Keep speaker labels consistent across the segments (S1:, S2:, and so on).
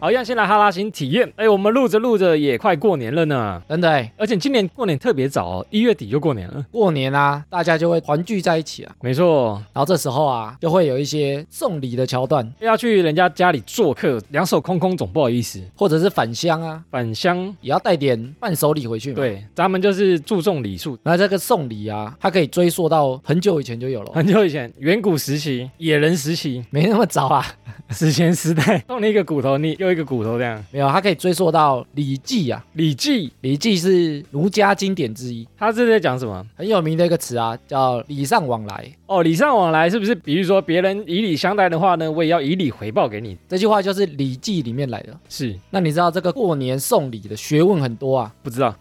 S1: 好，一样先来哈拉星体验。哎、我们录着录着也快过年了呢，
S2: 真的欸，
S1: 而且今年过年特别早、哦，一月底就过年了。
S2: 过年啊，大家就会团聚在一起啊，
S1: 没错，
S2: 然后这时候啊，就会有一些送礼的桥段，
S1: 要去人家家里做客，两手空空总不好意思。
S2: 或者是返乡啊，
S1: 返乡，
S2: 也要带点伴手礼回去嘛。，
S1: 对，咱们就是注重礼数。
S2: 那这个送礼啊，它可以追溯到很久以前就有了哦，
S1: 很久以前，远古时期、野人时期、
S2: 没那么早啊，
S1: 史前时代，送你一个骨头，你又一个骨头这样。《
S2: 没有，它可以追溯到《礼记》啊，
S1: 礼记》
S2: 《礼记》是儒家经典之一，
S1: 它是在讲什么？
S2: 很有名的一个词啊，叫“礼尚往来
S1: 哦，礼尚往来是不是？比如说别人以礼相待的话呢，我也要以礼回报给你。”。
S2: 这句话就是《礼记》里面来的。
S1: 是
S2: 那你知道这个过年送礼的学问很多啊，
S1: 不知道，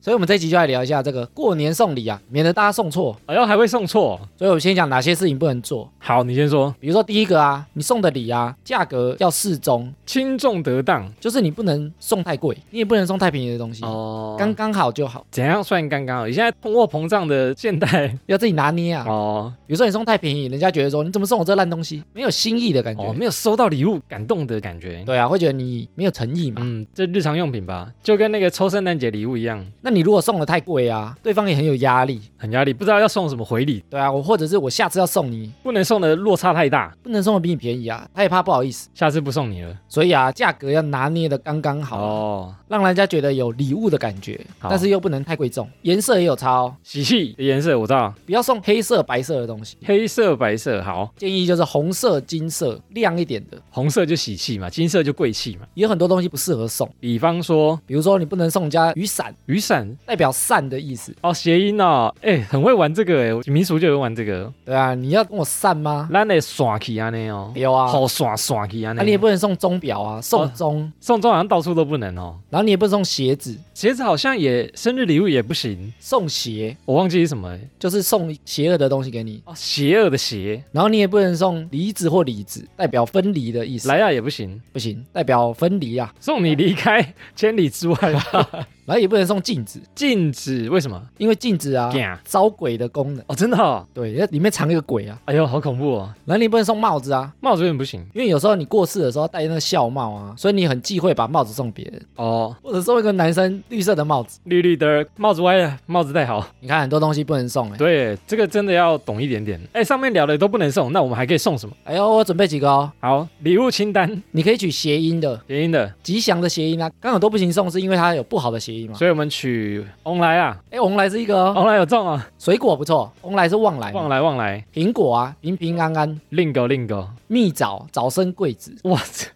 S2: 所以我们这一集就来聊一下这个过年送礼啊，免得大家送错。
S1: 哎呦还会送错哦。
S2: 所以我先讲哪些事情不能做，
S1: 好，你先说，
S2: 比如说第一个啊，你送的礼啊，价格要适中，
S1: 轻重得当
S2: 就是你不能送太贵，你也不能送太便宜的东西，
S1: 哦
S2: 刚
S1: 刚
S2: 刚好就好，
S1: 怎样算刚刚好？你现在通货膨胀的现代
S2: 要自己拿捏啊。
S1: 哦
S2: 比如说你送太便宜，人家觉得说你怎么送我这烂东西，没有新意的感觉。
S1: 哦，没有收到礼物感动的感觉。
S2: 对啊，会觉得你没有诚意嘛。
S1: 嗯，这日常用品吧，就跟那个抽圣诞节礼物一样，
S2: 那你如果送的太贵啊，对方也很有压力。
S1: 很压力，不知道要送什么回礼，
S2: 对啊，我或者是我下次要送你，
S1: 不能送的落差太大，
S2: 不能送的比你便宜啊，他也怕不好意思。
S1: 下次不送你了。
S2: 所以啊，价格要拿捏的刚刚好啊、
S1: 哦，
S2: 让人家觉得有礼物的感觉，
S1: 好
S2: 但是又不能太贵重。颜色也有差哦，
S1: 喜气的颜色我知道，
S2: 不要送黑色、白色的东西，
S1: 黑色、白色好，
S2: 建议就是红色、金色亮一点的。
S1: 红色就喜气嘛，金色就贵气嘛。
S2: 有很多东西不适合送，
S1: 比方说
S2: 比如说你不能送人家雨伞，
S1: 雨伞
S2: 代表善的意思。
S1: 哦，谐音哦，哎、很会玩这个哎，我民俗就有玩这个，
S2: 对啊，你要跟我散吗？
S1: 咱得耍起安尼哦，
S2: 有啊，
S1: 好耍耍起安
S2: 啊，你
S1: 尼。
S2: 也不能送钟表啊，送钟，
S1: 送终好像到处都不能哦，
S2: 然后你也不能送鞋子，
S1: 鞋子好像也生日礼物也不行，
S2: 送鞋
S1: 我忘记是什么哎
S2: 就是送邪恶的东西给你，
S1: 哦，邪恶的邪，
S2: 然后你也不能送梨子或李子，代表分离的意思，
S1: 莱亚也不行，
S2: 不行，代表分离啊，
S1: 送你离开千里 之外吧。
S2: 然后也不能送镜子，
S1: 禁止为什么？
S2: 因为镜子啊
S1: 怕
S2: 招鬼的功能，
S1: 哦，真的哦，
S2: 对，那里面藏一个鬼啊，
S1: 哎呦，好恐怖哦，
S2: 然后你也不能送帽子啊。
S1: 帽子有点不行
S2: 因为有时候你过世的时候戴那个孝帽啊，所以你很忌讳把帽子送别人，
S1: 哦。
S2: 或者送一个男生绿色的帽子。
S1: 绿绿的帽子歪了，帽子戴好。
S2: 你看很多东西不能送哎、
S1: 对，这个真的要懂一点点。哎，上面聊的都不能送，那我们还可以送什么？
S2: 哎呦，我准备几个哦，
S1: 好，礼物清单，
S2: 你可以取谐音的，
S1: 谐音的，
S2: 吉祥的谐音啊，刚好都不行送，是因为它有不好的谐音嘛。
S1: 所以我们取翁来啊，
S2: 哎，翁来是一个哦，哎
S1: 翁来有中啊，
S2: 水果不错，翁来是旺来嘛，
S1: 旺来旺来，
S2: 苹果啊，平平安安，
S1: 另狗另狗，
S2: 蜜枣早生贵子，
S1: 哇塞，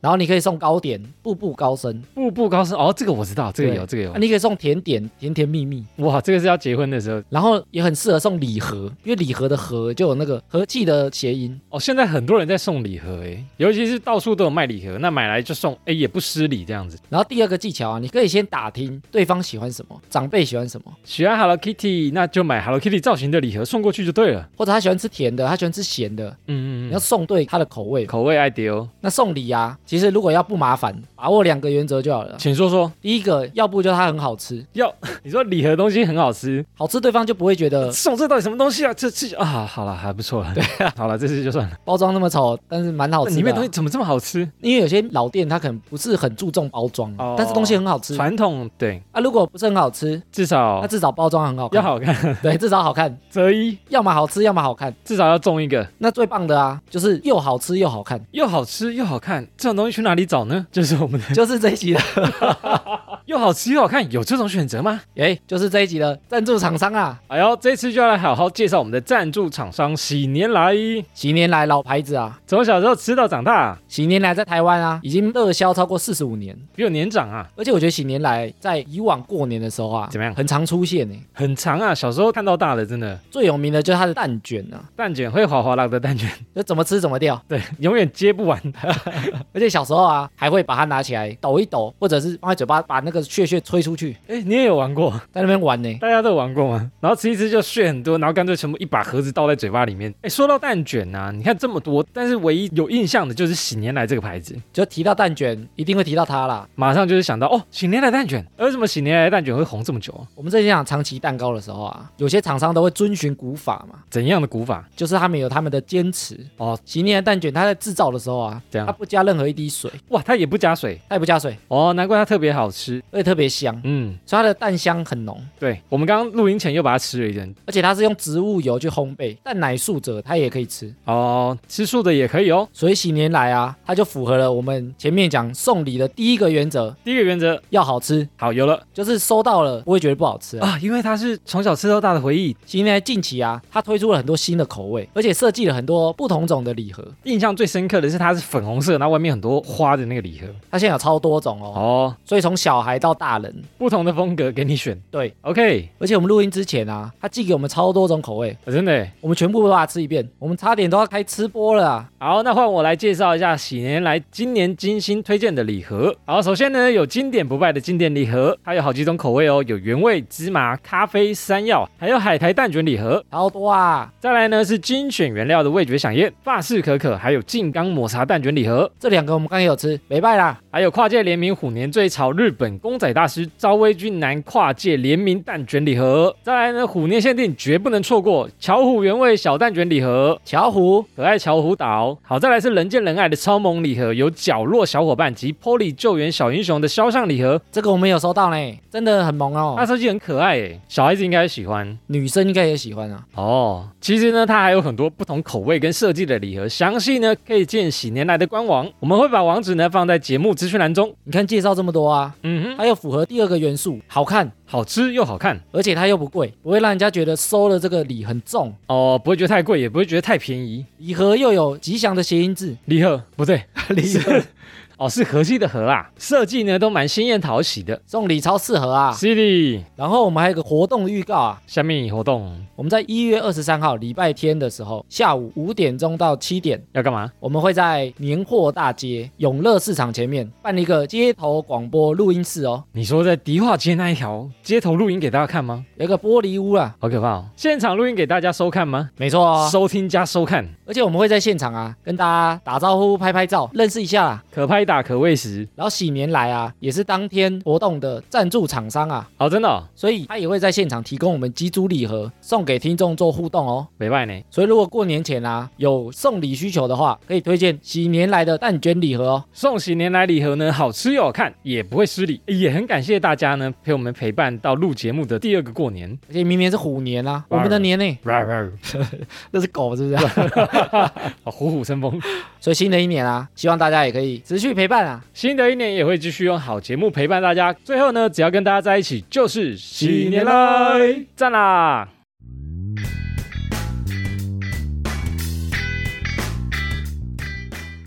S2: 然后你可以送糕点，步步高升，
S1: 步步高升哦，这个我知道，这个
S2: 对
S1: 有，这个
S2: 啊
S1: 有，
S2: 你可以送甜点，甜甜蜜蜜，
S1: 哇，这个是要结婚的时候
S2: 然后也很适合送礼盒，因为礼盒的盒就有那个和气的谐音，
S1: 哦。现在很多人在送礼盒，哎，尤其是到处都有卖礼盒，那买来就送，哎，也不失礼这样子。
S2: 然后第二个技巧啊，你可以先打听对方喜欢什么，长辈喜欢什么，
S1: 喜欢 Hello Kitty，那就买 Hello Kitty 造型的礼盒送过去就对了。
S2: 或者他喜欢吃甜的，他喜欢吃咸的，
S1: 嗯
S2: 你
S1: 嗯
S2: 要
S1: 嗯，
S2: 送对他的口味。
S1: 口味爱丢，
S2: 那送礼啊，其实如果要不麻烦，把握两个原则就好了。
S1: 请说说。
S2: 第一个，要不就是它很好吃，
S1: 要你说礼盒东西很好吃，
S2: 好吃对方就不会觉得
S1: 送这到底什么东西啊？这这啊，好了，还不错了。对啊， 好了，这次就算了。
S2: 包装那么丑，但是蛮好
S1: 那
S2: 吃
S1: 里
S2: 的
S1: 面
S2: 啊、
S1: 东西怎么这么好吃？
S2: 因为有些老店它可能不是很注重包装，
S1: 哦
S2: 但是东西很好吃。
S1: 传统对，
S2: 啊，如果不是很好吃，
S1: 至少
S2: 那至少包装很好看，
S1: 要好看，
S2: 对，至少好看，
S1: 择一，
S2: 要么好吃，要么好看。
S1: 至少要中一个，
S2: 那最棒的啊，就是又好吃又好看，
S1: 又好吃又好看。这种东西去哪里找呢？就是我们的
S2: 就是这一集的，
S1: 又好吃又好看，有这种选择吗？
S2: 哎、就是这一集的赞助厂商啊，
S1: 哎呦，这次就要来好好介绍我们的赞助厂商喜年来，
S2: 几年来老牌子啊，
S1: 从小时候吃到长大，
S2: 喜年来在台湾啊已经热销超过四十五年，
S1: 比我年长啊，
S2: 而且我觉得喜年来在以往过年的时候啊，
S1: 怎么样
S2: 很常出现呢、
S1: 很长啊，小时候看到大的，真的
S2: 最有名的就是它的蛋卷啊，
S1: 蛋卷会滑滑浪的蛋卷，
S2: 就怎么吃怎么掉，
S1: 对，永远接不完。
S2: 而且小时候啊还会把它拿起来抖一抖，或者是放在嘴巴把那个屑屑吹出去，
S1: 哎，你也有玩过，
S2: 在那边玩呢。
S1: 大家都有玩过吗？然后吃一吃就血很多，然后干脆全部一把盒子倒在嘴巴里面。哎，说到蛋卷啊，你看这么多，但是唯一有印象的就是喜年来这个牌子，
S2: 就提到蛋卷，一定会提到它啦。
S1: 马上就是想到哦，喜年来蛋 卷。为什么喜年来蛋卷会红这么久啊？
S2: 我们之前讲长崎蛋糕的时候啊，有些厂商都会遵循古法嘛，
S1: 怎样的古法？
S2: 就是他们有他们的坚持。
S1: 哦，
S2: 喜年的蛋卷，它在制造的时候啊，
S1: 怎样
S2: 它不加任何一滴水，
S1: 哇，它也不加水
S2: 它也不加水，
S1: 哦，难怪它特别好吃。
S2: 而且特别香，
S1: 嗯，
S2: 所以它的蛋香很浓。
S1: 对，我们刚刚录音前又把它吃了一顿。
S2: 而且它是用植物油去烘焙，蛋奶素者它也可以吃，
S1: 哦，吃素的也可以哦。
S2: 所以喜年来啊，它就符合了我们前面讲送礼的第一个原则，
S1: 第一个原则，
S2: 要好吃，
S1: 好，有了
S2: 就是收到了不会觉得不好吃啊。
S1: 啊，因为它是从小吃到大的回忆，
S2: 喜年来近期啊，它推出了很多新的口味，而且设计了很多不同种的礼盒，
S1: 印象最深刻的是它是粉红色，然后外面很多花的那个礼盒。
S2: 它现在有超多种哦，
S1: 哦，
S2: 所以从小孩到大人，
S1: 不同的风格给你选。
S2: 对
S1: ，OK，
S2: 而且我们录音之前啊，他寄给我们超多种口味，
S1: 啊真的耶。
S2: 我们全部都把它吃一遍，我们差点都要开吃播了啊！
S1: 好，那换我来介绍一下喜年来今年金星推荐的礼盒。好，首先呢有经典不败的经典礼盒，它有好几种口味哦，有原味、芝麻、咖啡、山药，还有海苔蛋卷礼盒。
S2: 超多啊！
S1: 再来呢是精选原料的味觉飨宴、法式可可，还有静冈抹茶蛋卷礼盒。
S2: 这两个我们刚才有吃，没败啦，
S1: 还有跨界联名虎年最潮日本公仔大师朝威君男跨界联名蛋卷礼盒，再来呢虎年限定绝不能错过巧虎原味小蛋卷礼盒，
S2: 巧虎
S1: 可爱巧虎岛。好，再来是人见人爱的超萌礼盒，有角落小伙伴及 Polly 救援小英雄的肖像礼盒，
S2: 这个我们有收到呢，真的很萌
S1: 它
S2: 哦，
S1: 设计很可爱诶，小孩子应该喜欢。
S2: 女生应该也喜欢啊。
S1: 哦，其实呢，它还有很多不同口味跟设计的礼盒，详细呢可以见喜年来的官网，我们会把网址呢放在节目资讯栏中。
S2: 你看介绍这么多啊，
S1: 嗯哼，
S2: 它又符合第二个元素，好看，
S1: 好吃又好看。
S2: 而且它又不贵，不会让人家觉得收了这个礼很重。
S1: 哦，不会觉得太贵，也不会觉得太便宜。
S2: 礼盒又有吉祥的谐音字，
S1: 礼盒不对，
S2: 礼盒
S1: 哦，是河西的河啦。设计呢都蛮鲜艳讨喜的。
S2: 送礼超适合啊。
S1: City
S2: 然后我们还有个活动预告啊，
S1: 下面活动
S2: 我们在一月二十三号礼拜天的时候，下午五点钟到七点，
S1: 要干嘛？
S2: 我们会在年货大街永乐市场前面办一个街头广播录音室哦，
S1: 你说在迪化街那一条街头录音给大家看吗？
S2: 有一个玻璃屋啊，
S1: 好可怕哦！现场录音给大家收看吗？
S2: 没错哦，
S1: 收听加收看，
S2: 而且我们会在现场啊跟大家打招呼、拍拍照，认识一下啦。
S1: 可拍打可喂食。
S2: 然后喜年来啊，也是当天活动的赞助厂商啊，
S1: 好、真的、哦，
S2: 所以他也会在现场提供我们机租礼盒送给听众做互动哦。
S1: 没败呢。
S2: 所以如果过年前啊有送礼需求的话，可以推荐喜年来的蛋卷礼盒哦。
S1: 送喜年来礼盒呢，好吃又好看，也不会失礼。也很感谢大家呢，陪我们陪伴到录节目的第二个过年。
S2: 而且明年是虎年啊，我们的年呢、那是狗是不是、
S1: 好哦虎虎生风。
S2: 所以新的一年啊，希望大家也可以持续陪伴啊。
S1: 新的一年也会继续用好节目陪伴大家。最后呢，只要跟大家在一起，就是喜年来，赞啦！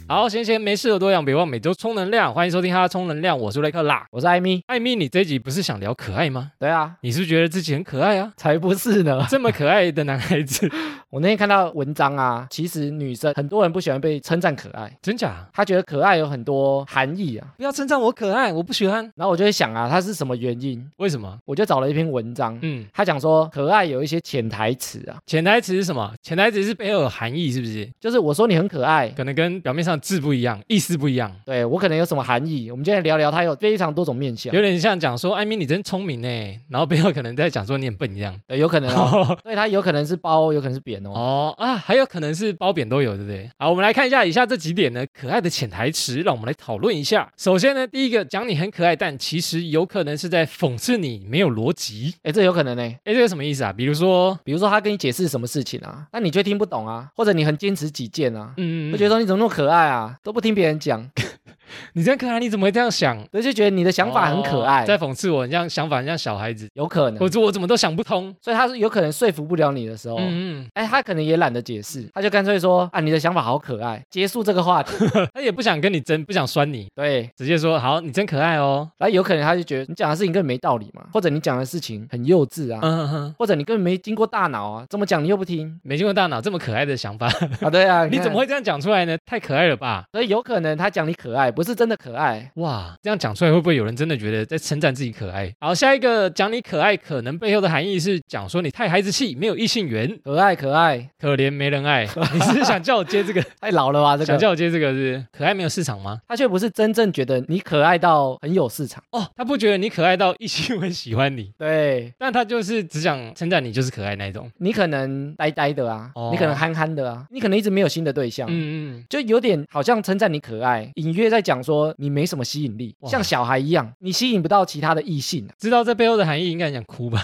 S1: 好，闲闲没事的多养，别忘每周充能量。欢迎收听哈哈充能量，我是雷克啦。
S2: 我是艾米，
S1: 艾米，你这一集不是想聊可爱吗？
S2: 对啊，
S1: 你是不是觉得自己很可爱啊？
S2: 才不是呢。
S1: 这么可爱的男孩子，
S2: 我那天看到文章啊，其实女生很多人不喜欢被称赞可爱，
S1: 真假？
S2: 她觉得可爱有很多含义啊。
S1: 不要称赞我可爱，我不喜欢。
S2: 然后我就会想啊，它是什么原因？
S1: 为什么？
S2: 我就找了一篇文章，
S1: 嗯，
S2: 他讲说可爱有一些潜台词啊，
S1: 潜台词是什么？潜台词是背后有含义，是不是？
S2: 就是我说你很可爱，
S1: 可能跟表面上字不一样，意思不一样，
S2: 对我可能有什么含义？我们今天聊聊它有非常多种面向，
S1: 有点像讲说艾米你真聪明呢，然后背后可能在讲说你很笨一样。
S2: 对，有可能 哦。
S1: 哦
S2: 对，它有可能是包，有可能是扁哦。
S1: 啊，还有可能是褒贬都有，对不对？好，我们来看一下以下这几点呢，可爱的潜台词，让我们来讨论一下。首先呢，第一个讲你很可爱，但其实有可能是在讽刺你没有逻辑。
S2: 哎，这有可能呢、
S1: 哎，这个什么意思啊？比如说，
S2: 比如说他跟你解释什么事情啊，那你却听不懂啊，或者你很坚持己见啊，
S1: 嗯，
S2: 会觉得说你怎么那么可爱啊，都不听别 人讲，
S1: 你这样可爱，你怎么会这样想？
S2: 所以就觉得你的想法很可爱，
S1: 哦
S2: 嗯
S1: 在讽刺我，你这样想法很像小孩子，
S2: 有可能
S1: 我，我怎么都想不通。
S2: 所以他是有可能说服不了你的时候。
S1: 嗯嗯，
S2: 哎，他可能也懒得解释，他就干脆说啊，你的想法好可爱，结束这个话题。
S1: 嗯他也不想跟你争，不想酸你，
S2: 对，
S1: 直接说好，你真可爱哦。
S2: 然后有可能他就觉得你讲的事情根本没道理嘛，或者你讲的事情很幼稚啊，
S1: 嗯哼哼，
S2: 或者你根本没经过大脑啊，怎么讲你又 不听
S1: 没经过大脑这么可爱的想法，
S2: 啊？对啊，
S1: 你怎么
S2: 会？
S1: 会这样讲出来呢？太可爱了吧！
S2: 所以有可能他讲你可爱，不不是真的可爱。
S1: 哇，这样讲出来会不会有人真的觉得在称赞自己可爱？好，下一个讲你可爱，可能背后的含义是讲说你太孩子气，没有异性缘，
S2: 可爱可爱，
S1: 可怜没人 爱。你是想叫我接这个？
S2: 太老了吧这
S1: 想
S2: 个？
S1: 叫我接这个是不是可爱没有市场吗？
S2: 他却不是真正觉得你可爱到很有市场。
S1: 哦，他不觉得你可爱到异性会喜欢你，
S2: 对
S1: 但他就是只想称赞你就是可爱那一种。
S2: 你可能呆呆的啊，
S1: 哦
S2: 你可能憨憨的啊，你可能一直没有新的对象。
S1: 嗯嗯，
S2: 就有点好像称赞你可爱，隐约在讲说你没什么吸引力，
S1: 哇
S2: 像小孩一样，你吸引不到其他的异性啊、
S1: 知道这背后的含义，应该很想哭 吧？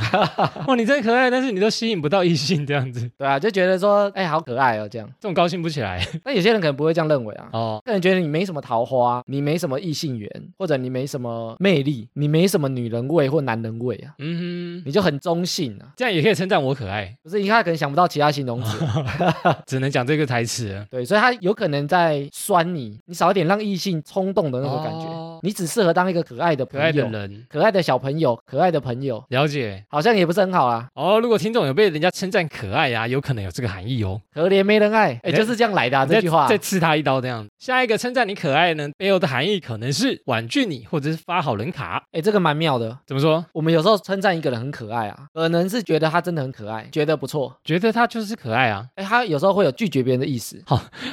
S1: 哇，你真可爱，但是你都吸引不到异性这样子，
S2: 对啊，就觉得说，哎、好可爱哦，这样。
S1: 这种高兴不起来。
S2: 但有些人可能不会这样认为啊，
S1: 哦，
S2: 可能觉得你没什么桃花，你没什么异性缘，或者你没什么魅力，你没什么女人味或男人味啊，
S1: 嗯哼，
S2: 你就很中性啊。
S1: 这样也可以称赞我可爱，
S2: 不是，因为他可能想不到其他形容 词，
S1: 只能讲这个台词了。
S2: 对，所以他有可能在酸你，你少一点让异性冲动的那种感觉，
S1: 哦
S2: 你只适合当一个可爱的
S1: 可
S2: 朋友，
S1: 爱的人，
S2: 可爱的小朋友，可爱的朋友，
S1: 了解。
S2: 好像也不是很好啊，
S1: 哦，如果听众有被人家称赞可爱啊，有可能有这个含义哦。
S2: 可怜没人爱，哎，
S1: 你在
S2: 就是这样来的、啊、
S1: 你再
S2: 这句话
S1: 再，刺他一刀这样。下一个称赞你可爱呢，背后的含义可能是婉拒你，或者是发好人卡。
S2: 哎，这个蛮妙的。
S1: 怎么说？
S2: 我们有时候称赞一个人很可爱啊，可能是觉得他真的很可爱，觉得不错，
S1: 觉得他就是可爱啊，
S2: 哎，他有时候会有拒绝别人的意思，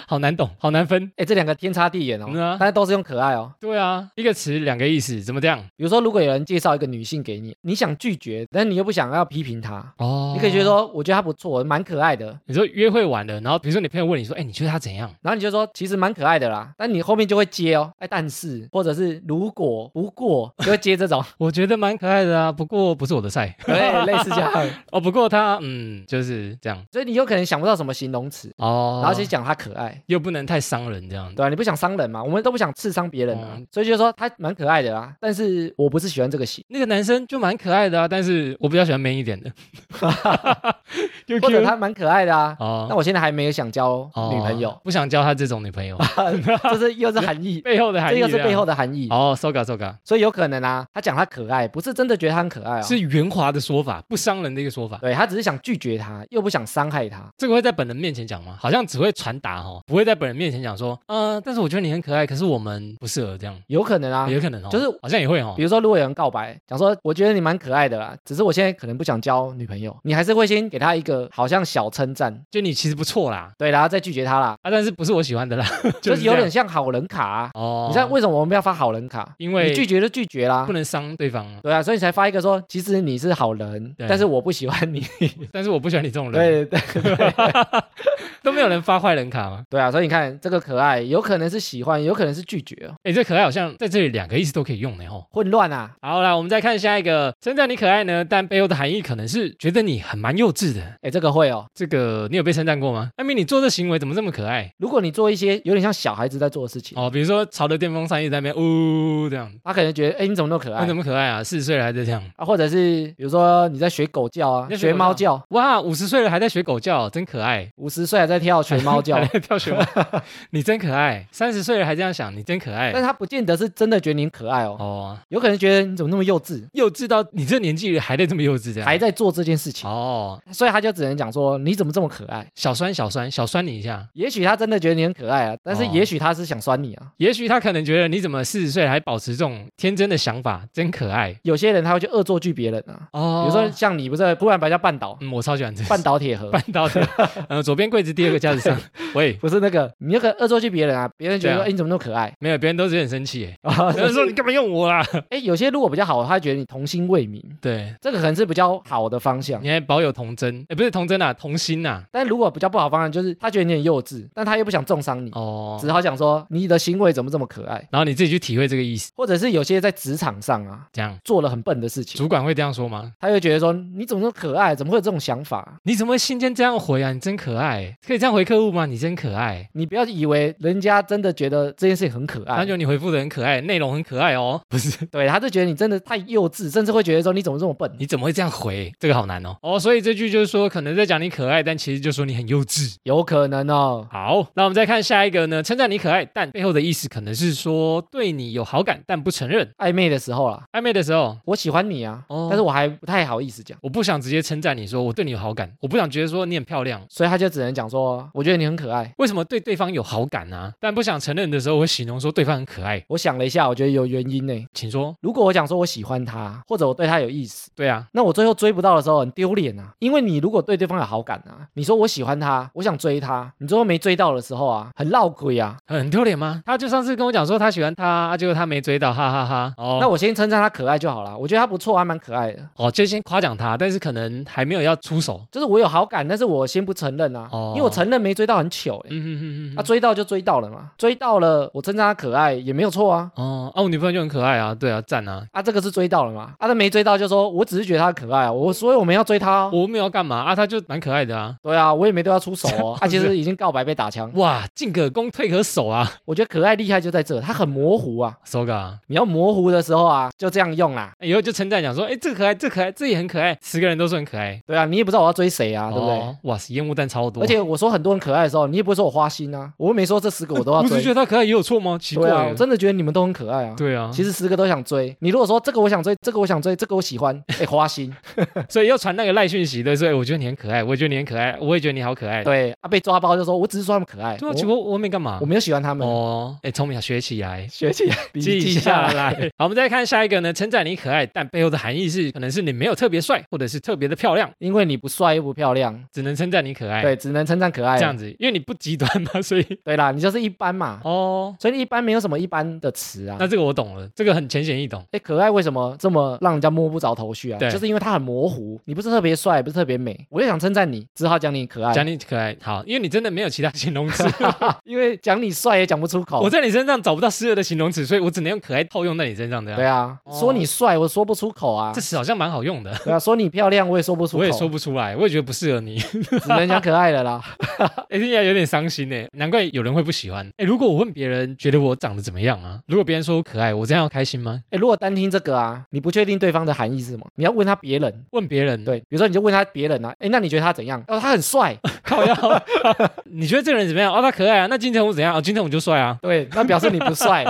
S1: 好难懂，好难分。
S2: 哎，这两个天差地远哦，
S1: 嗯啊
S2: 但是都是用可爱哦。
S1: 对啊，一个词两个意思，怎么这样？
S2: 比如说，如果有人介绍一个女性给你，你想拒绝，但你又不想要批评她，
S1: 哦
S2: 你可以觉得，说，我觉得她不错，蛮可爱的，
S1: 你说约会完了，然后比如说你朋友问你说，哎，你觉得他怎样？
S2: 然后你就说其实蛮可爱的啦，但你后面就会接哦，哎，但是或者是如果不过就会接这 种，
S1: 我觉得蛮可爱的啊，不过不是我的菜
S2: 对，类似这样，
S1: 哦。不过他，嗯，就是这样
S2: 所以你有可能想不到什么形容词，
S1: 哦。
S2: 然后去讲她可爱。
S1: 又不能太伤人这样
S2: 对。吧？啊你不想伤人嘛？我们都不想刺伤别人啊，
S1: 嗯
S2: 所以就说她蛮可爱的啦。但是我不是喜欢这个型，
S1: 那个男生就蛮可爱的啊，但是我比较喜欢 man 一点 的，就
S2: 或者
S1: Q
S2: 她蛮可爱的啊。
S1: 哦
S2: 那我现在还没有想交女朋友
S1: 哦，不想交他这种女 朋友，
S2: 这是又是含义，
S1: 背后的 含
S2: 这
S1: 义
S2: 又是背后
S1: 的
S2: 的含义。
S1: 哦，soga soga
S2: 所以有可能啊，他讲她可爱，不是真的觉得她很可爱哦，
S1: 是圆滑的说法，不伤人的一个说法。
S2: 对他只是想拒绝她，又不想伤害她。
S1: 这个会在本人面前讲吗？好像只会传达哦，不会在本人面前讲说，嗯、但是我觉得你很可爱，可是我们不适合这样，
S2: 有可能啊，
S1: 有可能哦，
S2: 就是
S1: 好像也会哦
S2: 比。如说，如果有人告白，讲说我觉得你蛮可爱的啦，只是我现在可能不想交女朋友，你还是会先给他一个好像小称赞，
S1: 就你其实不错啦，
S2: 对，然后再拒绝 他啦，
S1: 啊，但是不是我喜欢的啦，
S2: 就是是有
S1: 这样
S2: 点像好人卡、啊。
S1: 哦，
S2: 你知道为什么我们要发好人卡？
S1: 因为
S2: 你拒绝就拒绝啦
S1: 不。能伤对方啊，
S2: 对啊，所以你才发一个说，其实你是好人，
S1: 对
S2: 但是我不喜欢你。
S1: 但是我不喜欢你这种人，
S2: 对对对
S1: 都没有人发坏人卡吗？
S2: 对啊，所以你看这个可爱，有可能是喜欢，有可能是拒绝哦，
S1: 哎，这可爱好像在这里两个意思都可以用呢哦。
S2: 混乱啊。
S1: 好啦，我们再看下一个，称赞你可爱呢，但背后的含义可能是觉得你很蛮幼稚的。
S2: 哎，这个会哦。
S1: 这个你有被称赞过吗？艾米，你做这行为怎么这么可爱？
S2: 如果你做一些有点像小孩子在做的事情，
S1: 哦，比如说朝着电风扇一直在那边呜这样，
S2: 他可能觉得，哎，你怎么那么可
S1: 那
S2: 爱
S1: 怎么可爱啊？四十岁了还在这样，
S2: 啊？或者是比如说你在学狗叫啊，
S1: 你在学
S2: 学
S1: 狗
S2: 猫叫，
S1: 哇，五十岁了还在学狗叫，真可爱。
S2: 五十岁还在跳学猫 叫
S1: 还，在跳学猫，你真可爱。三十岁了还这样想，你真可
S2: 但
S1: 爱。
S2: 他不见得是真的觉得你很可爱哦，
S1: 哦，
S2: 有可能觉得你怎么那么幼稚，
S1: 幼稚到你这年纪了还在这么幼稚这样，
S2: 还在做这件事情，
S1: 啊哦，
S2: 所以他就只能讲说你怎么这么可爱。
S1: 小酸小酸小酸你一下。
S2: 也许他真的觉得你很可爱啊，但是
S1: 哦
S2: 也许他是想酸你啊。
S1: 也许他可能觉得你怎么四十岁了还保持这种天真的想法，真可爱
S2: 有些人他会去恶作剧别人啊，比
S1: 哦。
S2: 如说像你不是突然把人家绊倒，
S1: 嗯，我超喜欢这
S2: 绊倒 铁盒，
S1: 半导体，呃，左边柜子第二个架子上，喂，
S2: 不是那个你那个恶作剧别人啊，别人觉得
S1: 对
S2: 说
S1: 啊
S2: 哎你怎么那么可爱
S1: 没有，别人都是很生 气，
S2: 啊
S1: 哎，有人说你干嘛用我啦？
S2: 哎有些如果比较好，他觉得你童心未泯，
S1: 对，
S2: 这个可能是比较好的方向。
S1: 你还保有童真，哎，不是童真啊，童心呐，
S2: 但如果比较不好的方向就是他觉得你很幼稚，但他又不想重伤你，
S1: 哦，
S2: 只好讲说你的行为怎么这么可爱，
S1: 然后你自己去体会这个意思，
S2: 或者是有些在职场上啊
S1: 这样。
S2: 做了很笨的事情，
S1: 主管会这样说吗？
S2: 他会觉得说你怎么那么可爱，怎么会有这种想法啊？
S1: 你怎么会信件这样回啊？你真可爱，可以这样回客户吗？你真可爱。
S2: 你不要以为人家真的觉得这件事情很可
S1: 然后
S2: 爱，
S1: 就你回复的很可爱，内容很可爱哦。不是，
S2: 对，他就觉得你真的太幼稚，甚至会觉得说你怎么这么笨，
S1: 你怎么会这样回？这个好难哦。哦，所以这句就是说，可能在讲你可爱，但其实就说你很幼稚。
S2: 有可能哦。
S1: 好，那我们再看下一个呢？称赞你可爱，但背后的意思可能是说对你有好感，但不承认。
S2: 暧昧的时候啦，
S1: 暧昧的时候，
S2: 我喜欢你啊，
S1: 哦
S2: 但是我还不太好意思讲，
S1: 我不想直接称赞你说我对你有好感，我不想觉得说你很漂亮，
S2: 所以他就只能讲说说，我觉得你很可爱。
S1: 为什么对对方有好感啊？但不想承认的时候，我形容说对方很可爱，
S2: 我想了一下，我觉得有原因呢。
S1: 请说。
S2: 如果我讲说我喜欢他，或者我对他有意思，
S1: 对啊，
S2: 那我最后追不到的时候很丢脸啊，因为你如果对对方有好感啊，你说我喜欢他，我想追他，你最后没追到的时候啊，很闹鬼啊。
S1: 很丢脸吗？他就上次跟我讲说他喜欢他，啊结果他没追到，哈哈哈哦，
S2: 那我先称赞他可爱就好了，我觉得他不错，还蛮可爱的。
S1: 哦，就先夸奖他，但是可能还没有要出手。
S2: 就是我有好感，但是我先不承认啊，
S1: 哦
S2: 因为我承认没追到很糗欸。
S1: 嗯嗯嗯嗯。
S2: 啊，追到就追到了嘛，追到了，我称赞他可爱也没有错啊。
S1: 哦，啊，我女朋友就很可爱啊，对啊，赞啊，
S2: 啊，这个是追到了嘛？啊，他没追到就说，我只是觉得他可爱啊，我所以我们要追他、哦。
S1: 我没有要干嘛啊，她就蛮可爱的啊。
S2: 对啊，我也没对他出手 哦，他、其实已经告白被打枪。
S1: 哇，进可攻，退可守啊
S2: 我觉得可爱厉害就在这，他很模糊啊，
S1: ，Soga。
S2: 你要模糊的时候啊，就这样用啦。
S1: 以后就称赞讲说，哎，这个可爱，这个可爱，这也很可爱，十个人都说很可爱，
S2: 对啊，你也不知道我要追谁啊，对不对？
S1: 哦？哇塞，烟雾弹超多，
S2: 而且我说很多人可爱的时候，你也不会说我花心啊，我又没说这十个我都要
S1: 我只是
S2: 追
S1: 觉。得她可爱也有错吗？奇怪
S2: 对啊，
S1: 耶，
S2: 我真的觉得你们都很可爱啊。
S1: 对啊，
S2: 其实十个都想追，你如果说这个我想追，这个我想追，这个我喜欢，哎，花 心，
S1: 所以要传那个赖讯息对，所以我觉得你很可爱，我也觉得你很可爱，我也觉得你好可爱。
S2: 对啊，被抓包就说我只是说他们可爱，
S1: 对啊，
S2: 我
S1: 结果我没干嘛
S2: 我。没有喜欢他们，
S1: 哦，哎，聪明啊，学起来。
S2: 学起来，
S1: 记
S2: 记
S1: 下
S2: 来。
S1: 来。好，我们再看下一个呢，称赞你可爱，但背后的含义是，可能是你没有特别帅，或者是特别的漂亮，
S2: 因为你不帅又不漂亮，
S1: 只能称赞你可爱。，
S2: 对，只哎能称赞可爱。
S1: 哎这样，子，因为你不极端嘛，所 以
S2: 对啦，你就是一般嘛，
S1: 哦，
S2: 所以一般没有什么一般的词啊
S1: 那。这个我懂了，这个很浅显易懂。
S2: 哎，可爱为什么这么让人家摸不着头绪啊？
S1: 对
S2: 就是因为它很模糊，你不是特别帅，也不是特别美，我就想称赞你，只好讲你可爱，
S1: 讲你可爱好，因为你真的没有其他形容词，
S2: 因为讲你帅也讲不出口
S1: 我。在你身上找不到适合的形容词，所以我只能用可爱套用在你身上这样。
S2: 对啊，
S1: 哦
S2: 说你帅我说不出口啊
S1: 这，词好像蛮好用的，
S2: 对啊，说你漂亮我也说不出口，
S1: 我也说不出来，我也觉得不适合你，
S2: 只能讲可爱了啦。
S1: 哎，听起来有点伤心呢，难怪有人会不喜欢。哎，如果我问别人觉得我长得怎么样啊，如果别人说我可爱，我这样要开心吗？
S2: 哎，如果单听这个啊，你不确定对方的含义是什么，你要问他别人。
S1: 问别人，
S2: 对，比如说你就问他别人啊，哎，那你觉得他怎样？哦，他很帅。
S1: 靠腰， 你觉得这个人怎么样？哦，他可爱啊。那金城武怎样？哦，金城武就帅啊。
S2: 对，那表示你不帅。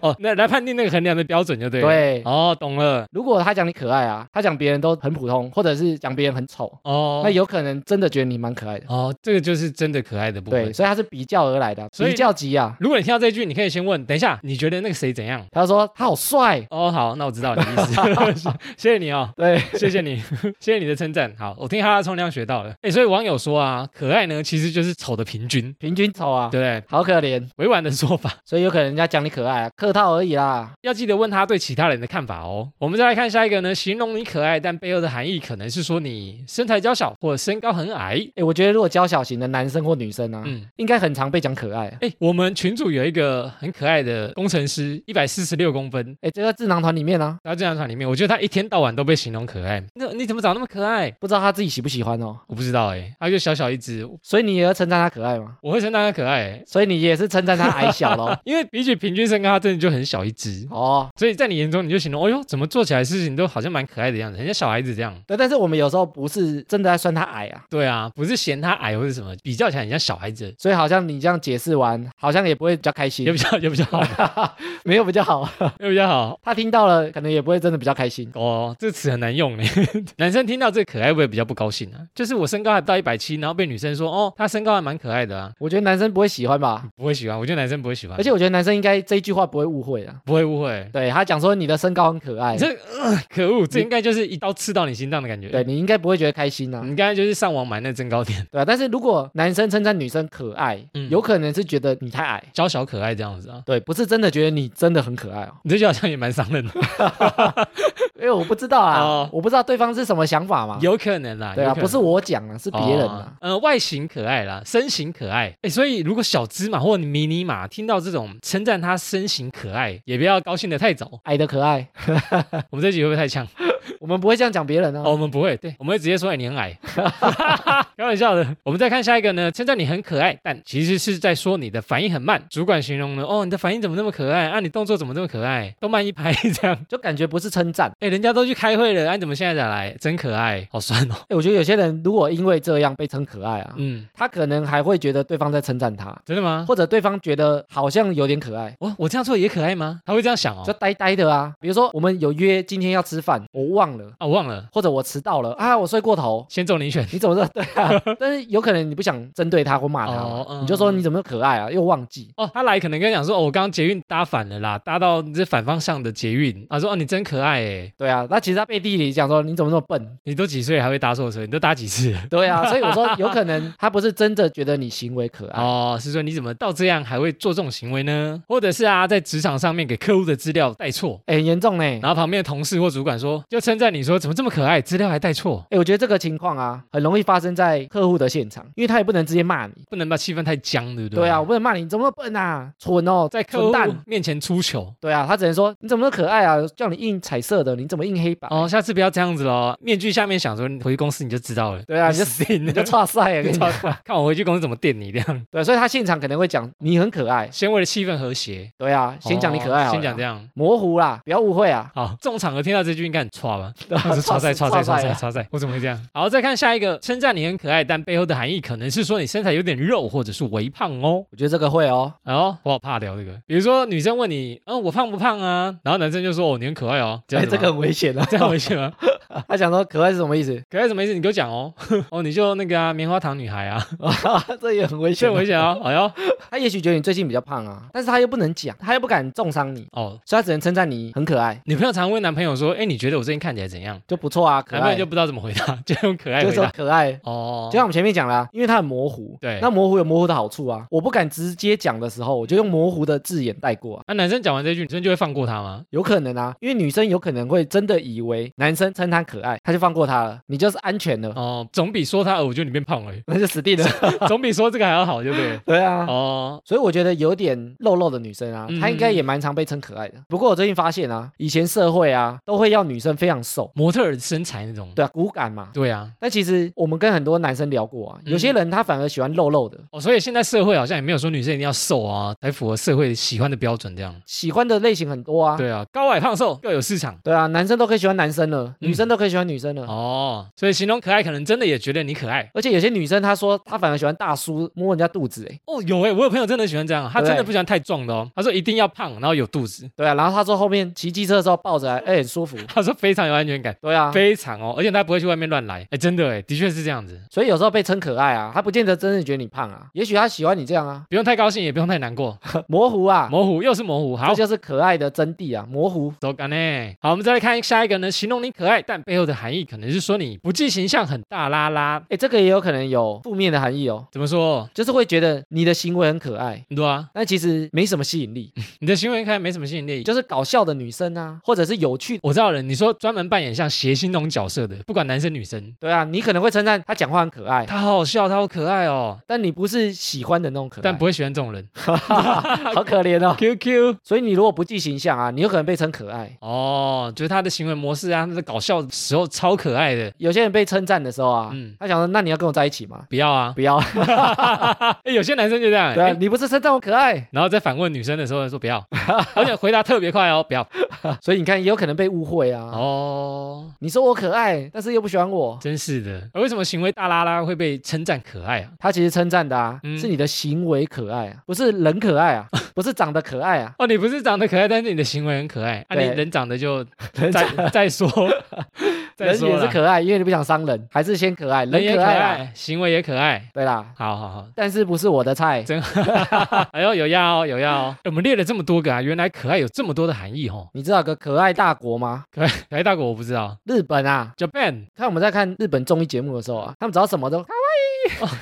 S1: 哦，那来判定那个衡量的标准就 对了。
S2: 对
S1: 哦，懂了。
S2: 如果他讲你可爱啊，他讲别人都很普通，或者是讲别人很丑，
S1: 哦，
S2: 那有可能真的觉得你蛮可爱的。
S1: 哦，这个就是真的可爱的部
S2: 对，
S1: 分。
S2: 所以他是比较而来的，
S1: 所以
S2: 比较级啊。
S1: 如果你听到这一句，你可以先问，等一下，你觉得那个谁怎样？
S2: 他说他好帅，
S1: 哦，好，那我知道你的意 思，谢谢你哦。
S2: 对，
S1: 谢谢你，谢谢你的称赞。好，我听哈拉冲量学到了。哎，所以网友说啊，可爱呢其实就是丑的平均，
S2: 平均丑啊，
S1: 对不对？
S2: 好可怜。
S1: 委婉的说法，
S2: 所以有可能人家讲你可爱、啊，客套而已啦。
S1: 要记得问他对其他人的看法哦。我们再来看下一个呢，形容你可爱，但背后的含义可能是说你身材娇小或者身高很矮。
S2: 哎，我觉得如果娇小型的男生或女生啊，
S1: 嗯，
S2: 应该很常被讲可爱啊。
S1: 哎，我们群组有一个很可爱的工程师，一百四十六公分。
S2: 哎，这个智囊团里面啊，
S1: 然后这张团里面，我觉得他一天到晚都被形容可爱。那你怎么长那么可爱？
S2: 不知道他自己喜不喜欢哦，
S1: 我不知道哎、他就小小一只，
S2: 所以你也要称赞他可爱嘛。
S1: 我会称赞他可爱、欸，
S2: 所以你也是称赞他矮 小咯。
S1: 因为比起平均身高，他真的就很小一只。
S2: 哦，
S1: 所以在你眼中，你就形容，哎呦，怎么做起来事情都好像蛮可爱的样子，很像小孩子这样。
S2: 对，但是我们有时候不是真的在算他矮啊，
S1: 对啊，不是嫌他矮或者什么，比较起来很像小孩子，
S2: 所以好像你这样解释完，好像也不会比较开心
S1: 也，比较 也比较好，
S2: 没有比较好，
S1: 也比较好。
S2: 他听到了可能也不会真的比较开心。
S1: 哦，这个词很难用嘞。 男生听到这个可爱会不会比较不高兴啊？就是我身高还不到一百七，然后被女生说哦，他身高还蛮可爱的啊，
S2: 我觉得男生不会喜欢吧，
S1: 不会喜欢。我觉得男生不会喜欢，
S2: 而且我觉得男生应该这一句话不会误会啊。
S1: 不会误会。
S2: 对他讲说你的身高很可爱
S1: 你，这、呃可恶，这应该就是一刀刺到你心脏的感觉。
S2: 对，你应该不会觉得开心啊，
S1: 你刚才就是上网买那增高垫，
S2: 对啊。但是如果男生称赞女生可爱，
S1: 嗯
S2: 有可能是觉得你太矮，
S1: 娇小可爱这样子啊。
S2: 对，不是真的觉得你真的很可爱哦，
S1: 你这句好像也蛮伤人的，
S2: 因为我不知道啊，
S1: 哦
S2: 我不知道对方是什么想法嘛。
S1: 有可能啦。
S2: 对啊，
S1: 有可能
S2: 不是我讲啊，是别人
S1: 哦
S2: 啊。
S1: 呃，外形可爱啦，身形可爱。哎，所以如果小芝麻或迷你马听到这种称赞他身形可爱，也不要高兴的太早。
S2: 矮的可爱，
S1: 我们这集会不会太呛？
S2: 我们不会这样讲别人啊。
S1: 哦，我们不会，对，我们会直接说哎你很矮， 开玩笑的。我们再看下一个呢，称赞你很可爱，但其实是在说你的反应很慢。主管形容呢，哦，你的反应怎么那么可爱啊？你动作怎么那么可爱？都慢一拍这样。
S2: 就感觉不是称赞。
S1: 哎，人家都去开会了，啊，你怎么现在才来？真可爱，好酸哦。
S2: 哎，我觉得有些人如果因为这样被称可爱啊，
S1: 嗯，
S2: 他可能还会觉得对方在称赞他，
S1: 真的吗？
S2: 或者对方觉得好像有点可爱。
S1: 我我这样做也可爱吗？他会这样想哦
S2: 就。呆呆的啊，比如说我们有约今天要吃饭，我忘忘了，
S1: 啊，我忘了，
S2: 或者我迟到了啊，我睡过头，
S1: 先中你选。
S2: 你怎么知道？ 对啊，但是有可能你不想针对他或骂他嘛，
S1: 哦嗯
S2: 你就说你怎么可爱啊，又忘记。
S1: 哦，他来可能跟你讲说，哦，我刚刚捷运搭反了啦，搭到这反方向的捷运。他说，哦，你真可爱哎，
S2: 对啊，那其实他背地里讲说你怎么那么笨，
S1: 你都几岁还会搭错车？你都搭几 次了？
S2: 对啊，所以我说有可能他不是真的觉得你行为可爱，
S1: 哦，是说你怎么到这样还会做这种行为呢？或者是啊，在职场上面给客户的资料带错，
S2: 哎、很严重呢。
S1: 然后旁边的同事或主管说，就称赞你说怎么这么可爱，资料还带错，
S2: 哎、我觉得这个情况啊，很容易发生在客户的现场，因为他也不能直接骂你。
S1: 不能把气氛太僵，对不对？
S2: 对啊，我不能骂你，你怎么那么笨啊，蠢哦，
S1: 在客
S2: 蠢
S1: 户
S2: 蛋。
S1: 面前出糗。
S2: 对啊，他只能说你怎么那么可爱啊，叫你印彩色的，你怎么印黑白？
S1: 哦，下次不要这样子咯。面具下面想说，你回去公司你就知道了。
S2: 对啊，你就
S1: 死定
S2: 你就
S1: 了，
S2: 差赛啊了，跟你讲。
S1: 看我回去公司怎么电你这样。
S2: 对，所以他现场可能会讲你很可爱。
S1: 先为了气氛和谐，
S2: 对啊，先讲你可爱好
S1: 哦
S2: 了、
S1: 先讲这
S2: 样，
S1: 样。
S2: 模糊啦，不要误会啊。
S1: 好，这种场合听到这句应该很差吧？
S2: 对啊
S1: 是 差赛、差赛、差赛、
S2: 啊
S1: 差赛，我怎么会这样？好，再看下一个，称赞你很可爱，但背后的含义可能是说你身材有点肉，或者是微胖哦。
S2: 我觉得这个会哦，
S1: 哦，我好怕聊这个。比如说女生问你，嗯，我胖不胖啊？然后男生就说，哦，你很可爱哦。这
S2: 哎，
S1: 样子
S2: 这
S1: 吗
S2: 个很危险啊。
S1: 这样回去吗？
S2: 他讲说可爱是什么意思？
S1: 可爱什么意思？你给我讲哦。 哦，你就那个啊，棉花糖女孩啊，
S2: 这也很危险
S1: 这
S2: 啊。
S1: 危险啊！哎呦，
S2: 他也许觉得你最近比较胖啊，但是他又不能讲，他又不敢重伤你，
S1: 哦，
S2: 所以他只能称赞你很可爱，
S1: 女朋友常问男朋友说，哎，你觉得我最近看起来怎样？
S2: 就不错啊，可
S1: 男朋
S2: 爱
S1: 友就不知道怎么回答， 就用可爱
S2: 就
S1: 回
S2: 说
S1: 答。
S2: 可爱。
S1: 哦，
S2: 就像我们前面讲啦、因为它很模糊，
S1: 对
S2: 那模糊有模糊的好处啊。我不敢直接讲的时候，我就用模糊的字眼带过啊。
S1: 那、男生讲完这句，女生就会放过他吗？
S2: 有可能啊，因为女生有可能会真的以为男生称她可爱，她就放过她了，你就是安全了，
S1: 哦，总比说他，呃我觉得你变胖了，
S2: 那就死定了。？
S1: 总比说这个还要好，对不对
S2: 对啊。
S1: 哦，
S2: 所以我觉得有点肉肉的女生啊，
S1: 嗯
S2: 她应该也蛮常被称可爱的。不过我最近发现啊，以前社会啊都会要女生非常瘦，
S1: 模特儿身材那种。
S2: 对啊，骨感嘛。
S1: 对啊，
S2: 但其实我们跟很多男生聊过啊，有
S1: 嗯
S2: 些人他反而喜欢肉肉的，
S1: 哦，所以现在社会好像也没有说女生一定要瘦啊，才符合社会喜欢的标准这样。
S2: 喜欢的类型很多啊。
S1: 对啊，高矮胖瘦各有市场。
S2: 对啊，男生都可以喜欢男生了，
S1: 嗯
S2: 女生都可以喜欢女生了。
S1: 哦，所以形容可爱，可能真的也觉得你可爱。
S2: 而且有些女生她说她反而喜欢大叔摸人家肚子，哎，
S1: 哦，有诶，我有朋友真的喜欢这样，啊他真的不喜欢太壮的哦，他说一定要胖，然后有肚子，
S2: 对啊，然后她说后面骑机车的时候抱着来，哎，很舒服，
S1: 他说非常有安全感，
S2: 对啊，
S1: 嗯非常哦，而且他不会去外面乱来，哎，真的哎，的确是这样子，
S2: 所以有时候被称可爱啊，她不见得真的觉得你胖啊，也许她喜欢你这样 啊，
S1: 不用太高兴，也不用太难过，
S2: 模糊啊，
S1: 模糊又是模糊，好
S2: 这，就是可爱的真谛啊，模糊。
S1: 走感呢？好，我们再来看下一个呢，形容你可爱，但背后的含义可能是说你不计形象，很大啦啦。
S2: 哎，这个也有可能有负面的含义哦，
S1: 怎么说？
S2: 就是会觉得你的行为很可爱，
S1: 很多啊，
S2: 但其实没什么吸引力，
S1: 你的行为看来没什么吸引力。就
S2: 就是搞笑的女生啊，或者是有趣。
S1: 我知道了，你说专门扮演像谐星那种角色的，不管男生女生，
S2: 对啊，你可能会称赞她讲话很可爱，
S1: 他好好笑，他好可爱哦，
S2: 但你不是喜欢的那种可爱，
S1: 但不会喜欢这种人。
S2: 好可怜哦。
S1: Q Q
S2: 所以你如果不计形象啊，你有可能被称可爱。
S1: 哦，就是他的行为模式啊，他在搞笑的时候超可爱的。
S2: 有些人被称赞的时候啊，
S1: 嗯
S2: 他想说，那你要跟我在一起 吗？
S1: 不要啊，
S2: 不要，
S1: 哎，有些男生就这样，
S2: 对啊，
S1: 哎
S2: 你不是称赞我可爱，
S1: 然后在反问女生的时候说不 要，而且回答特别快哦，不要。
S2: 所以你看也有可能被误会啊。
S1: 哦，
S2: 你说我可爱，但是又不喜欢我，
S1: 真是的，而为什么行为大拉拉会被称赞可爱啊？
S2: 他其实称赞的啊，
S1: 嗯
S2: 是你的行为可爱啊，不是人可爱 啊，不是长得可爱啊，
S1: 哦，你不是长得可爱，但是你的行为很可爱，啊，你
S2: 对
S1: 人长得就
S2: 人
S1: 再再说， 再
S2: 人
S1: 说
S2: 也是
S1: 啦
S2: 可爱，因为你不想伤人，还是先可爱，
S1: 人也
S2: 人
S1: 可
S2: 可爱啊，
S1: 爱，行为也可爱。
S2: 对啦。
S1: 好好好，
S2: 但是不是我的菜，
S1: 哎呦，有要哦，有要哦。哎我们列了这么多个啊，原来可爱有这么多的含义哦。
S2: 你知道有个可爱大国吗？
S1: 可爱可爱大国我不知道
S2: 日本啊，
S1: ，Japan，
S2: 看我们在看日本综艺节目的时候啊，他们只要什么都，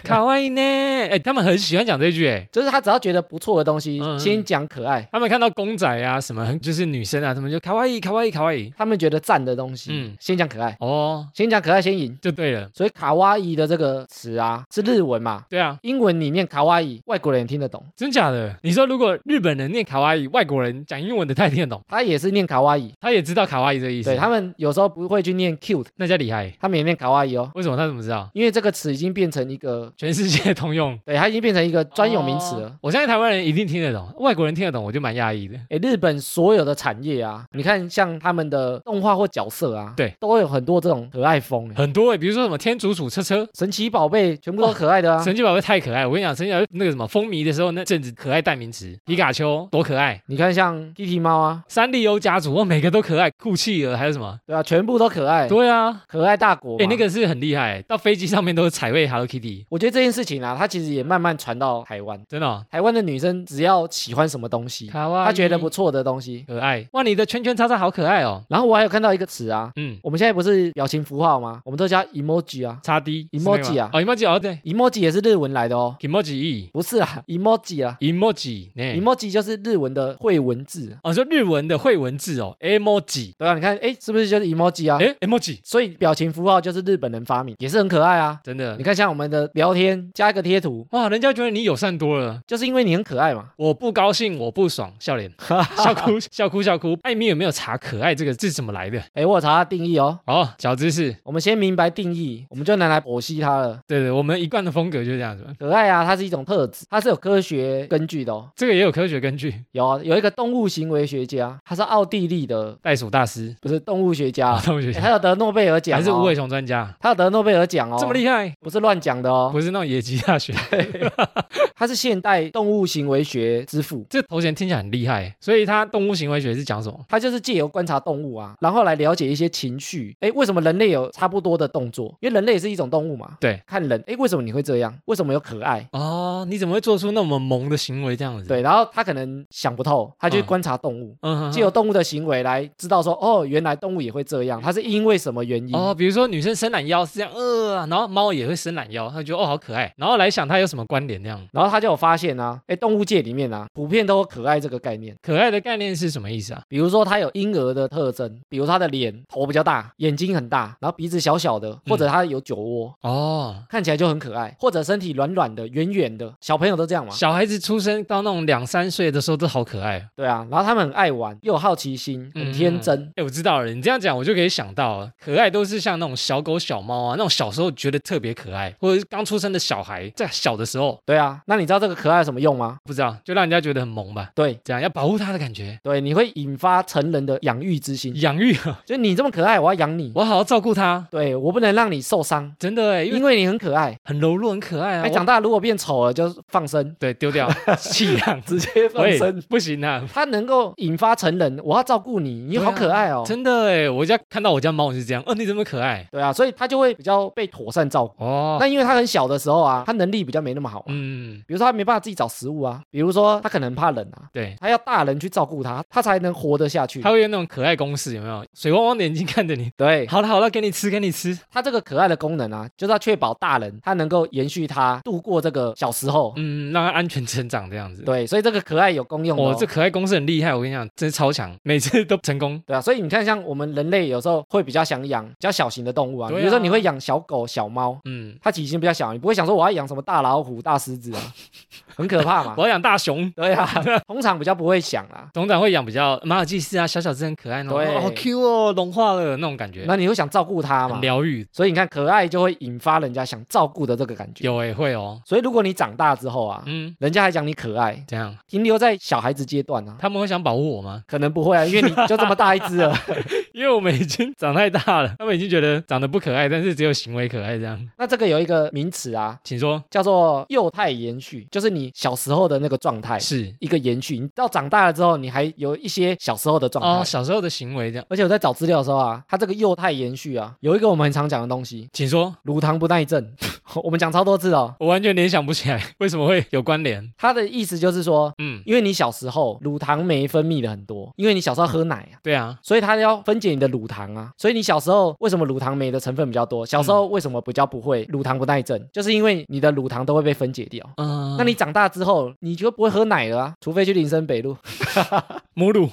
S1: 卡哇伊呢？哎，他们很喜欢讲这句哎。
S2: 就是他只要觉得不错的东西，
S1: 嗯嗯
S2: 先讲可爱，
S1: 他们看到公仔啊，什么就是女生啊，他们就卡哇伊，卡哇伊，卡哇伊。
S2: 他们觉得赞的东西，
S1: 嗯
S2: 先讲可爱，
S1: 哦，
S2: 先讲可爱先赢。
S1: 就对了，
S2: 所以卡哇伊的这个词啊，是日文嘛？
S1: 对啊，
S2: 英文里面卡哇伊，外国人也听得懂，
S1: 真假的？你说如果日本人念卡哇伊，外国人讲英文的他也听得懂，
S2: 他也是念卡哇伊。
S1: 他也知道卡哇伊这个意思。
S2: 对他们有时候不会去念 cute，
S1: 那叫厉害，
S2: 他们也念卡哇伊哦，
S1: 为什么他怎么知道？
S2: 因为这个词已经变成一个，
S1: 全世界通用哦
S2: 对，它已经变成一个 专有名词了。
S1: 我相信台湾人一定听得懂，外国人听得懂，我就蛮讶异的。
S2: 诶，日本所有的产业啊，你看像他们的动画或角色啊，
S1: 对，
S2: 都会有很多这种可爱风、诶
S1: 很多诶、欸比如说什么天竺鼠车车。
S2: 神奇宝贝全部都可爱的 啊。
S1: 神奇宝贝太可爱，我跟你讲，神奇宝贝那个什么风靡的时候，那阵子可爱代名词，皮卡丘多可爱，
S2: 你看像 Kitty 猫啊，
S1: 三丽鸥家族哦，每个都可爱，酷企鹅还有什么？
S2: 对啊，全部都可爱，
S1: 对啊，
S2: 可爱大国。
S1: 哎、那，个是很厉害，到飞机上面都是彩绘 Hello Kitty，
S2: 我觉得这件事情啊，它其实也慢慢传到台湾。
S1: 真的、哦，
S2: 台湾的女生只要喜欢什么东西，
S1: 卡哇伊
S2: 她觉得不错的东西，
S1: 可爱。哇，你的圈圈叉叉好可爱哦。
S2: 然后我还有看到一个词啊，
S1: 嗯，
S2: 我们现在不是表情符号吗？我们都叫 emoji 啊
S1: 叉 D 是
S2: Emoji
S1: 那个吗
S2: 啊
S1: 哦 emoji 哦对
S2: ，emoji 也是日文来的哦，
S1: ，emoji E
S2: 不是啊，emoji 啊
S1: emoji 呢、
S2: ，emoji 就是日文的会文字。
S1: 哦，说日文的会文字哦，emoji，
S2: 对啊，你看，哎，是不是就是 emoji 啊？
S1: 哎，emoji，
S2: 所以表情符号就是日本人发明，也是很可爱啊。
S1: 真的
S2: 你，看，像我们的聊天加一个贴图，
S1: 哇，人家觉得你友善多了。
S2: 就是因为你很可爱嘛。
S1: 我不高兴，我不爽，笑脸， 笑哭，笑哭，笑哭。艾米有没有查“可爱”这个字怎么来的？
S2: 哎，我有查它定义哦。
S1: 哦，小知识，
S2: 我们先明白定义，我们就拿来剖析它了。
S1: 对对，我们一贯的风格就是这样子。
S2: 可爱啊，它是一种特质，它是有科学根据的哦。
S1: 这个也有科学根据，
S2: 有啊，有一个动物行为学家，他是奥地利的，
S1: 袋鼠大师
S2: 不是动物学家
S1: 啊，
S2: 啊，
S1: 他们学
S2: 诶
S1: 校
S2: 他有得诺贝尔奖、哦，
S1: 还是无尾熊专家，
S2: 他有得诺贝尔奖哦，
S1: 这么厉害，
S2: 不是乱讲的哦，
S1: 不是那种野鸡大学，
S2: 他是现代动物行为学之父。
S1: 这头衔听起来很厉害。所以他动物行为学是讲什么？
S2: 他就是借由观察动物啊，然后来了解一些情绪。哎，为什么人类有差不多的动作？因为人类也是一种动物嘛。
S1: 对，
S2: 看人，哎，为什么你会这样？为什么有可爱？
S1: 哦，你怎么会做出那么萌的行为这样子？，
S2: 对，然后他可能想不透，他去
S1: 嗯
S2: 观察动物，
S1: 嗯哼哼
S2: 借由动物的行为来知道说，哦，原来动物也会这样，它是因为什么原因？
S1: 哦，比如说女生伸懒腰是这样，呃，然后猫也会伸懒腰，它觉得哦好可爱，然后来想它有什么关联这样。
S2: 然后他就有发现啊，哎，动物界里面啊，普遍都有可爱这个概念。
S1: 可爱的概念是什么意思啊？
S2: 比如说它有婴儿的特征，比如它的脸头比较大，眼睛很大，然后鼻子小小的，
S1: 嗯
S2: 或者它有酒窝，
S1: 哦，
S2: 看起来就很可爱，或者身体软软的、圆圆的，小朋友都这样嘛。
S1: 小孩子出生到那种两三岁的时候都好可爱。哦
S2: 对啊，然后他们很爱玩，又有好奇心，很天真。
S1: 哎，我知道了，你这样讲我就可以想到了，可爱都是像那种小狗、小猫啊，那种小时候觉得特别可爱，或者是刚出生的小孩，在小的时候
S2: 对啊，那你知道这个可爱有什么用吗？
S1: 不知道，就让人家觉得很萌吧，
S2: 对
S1: 这样要保护它的感觉，
S2: 对，你会引发成人的养育之心，
S1: 养育，啊
S2: 就你这么可爱，我要养你。
S1: 嗯我好好照顾它，
S2: 对我不能让你受伤，
S1: 真的哎，因为
S2: 因为你很可爱。
S1: 很柔弱、很可爱啊。
S2: 哎，
S1: 我
S2: 长大如果变丑了，就 放生，
S1: 对，丢掉，弃养，
S2: 直接
S1: 喂，。不行啊，
S2: 它能够引发成人，我要照顾你，你好可爱哦。
S1: 真的哎，我家看到我家猫也是这样，哦，你怎么可爱？
S2: 对啊，所以他就会比较被妥善照顾。
S1: 哦，
S2: 那因为他很小的时候啊，他能力比较没那么好、啊，
S1: 嗯，
S2: 比如说他没办法自己找食物啊，比如说他可能很怕冷啊，
S1: 对。
S2: 他要大人去照顾他，他才能活得下去
S1: 它。会用那种可爱公式，有没有？水汪汪的眼睛看着你。
S2: 对
S1: 好了好了，给你吃，给你吃。
S2: 他这个可爱的功能啊，就是要确保大人他能够延续他度过这个小时候。
S1: 嗯，让它安全成长这样子。
S2: 对，所以这个可爱有功用的哦、
S1: 哦，这可爱公式很厉害，我跟你讲，真是超强， 每次都成功。
S2: 对啊，所以你看，像我们人类有时候会比较想养比较小型的动物啊，
S1: 对啊
S2: 比如说你会养小狗、小猫，
S1: 嗯，
S2: 它体型比较小，你不会想说我要养什么大老虎、大狮子啊，很可怕嘛
S1: 我。要养大熊。
S2: 对啊，通常比较不会想啊。
S1: 总长会养比较马尔济斯啊，小小只很可爱那种，
S2: 对
S1: 哦好 Q 哦，融化了那种感觉，
S2: 那你会想照顾它
S1: 很
S2: 嘛？
S1: 疗愈。
S2: 所以你看，可爱就会引发人家想照顾的这个感觉。
S1: 有诶，会哦，
S2: 所以如果你长大之后啊，
S1: 嗯，
S2: 人家还讲你可爱，
S1: 这样
S2: 停留在小孩子阶段啊，
S1: 他们会想保护我吗？
S2: 可能不会啊，因为你就这么大一只了。
S1: 因为我们已经长太大了，他们已经觉得长得不可爱，但是只有行为可爱这样。
S2: 那这个有一个名词啊，
S1: 请说，
S2: 叫做幼态延续，就是你小时候的那个状态，
S1: 是
S2: 一个延续。你到长大了之后，你还有一些小时候的状态。
S1: 哦，小时候的行为这样，
S2: 而且我在找资料的时候啊，它这个幼态延续啊，有一个我们很常讲的东西，
S1: 请说。
S2: 乳糖不耐症， 我们讲超多次哦。
S1: 我完全联想不起来 为什么会有关联。
S2: 它的意思就是说，
S1: 嗯，
S2: 因为你小时候乳糖酶分泌的很多，因为你小时候喝奶啊。
S1: 对啊，
S2: 所以它要分解你的乳糖啊，所以你小时候为什么乳糖酶的成分比较多？小时候为什么比较不会乳糖不耐症？就是因为你的乳糖都会被分解掉。
S1: 嗯，
S2: 那你长大之后，你就不会喝奶了啊，除非去林森北路。
S1: 母乳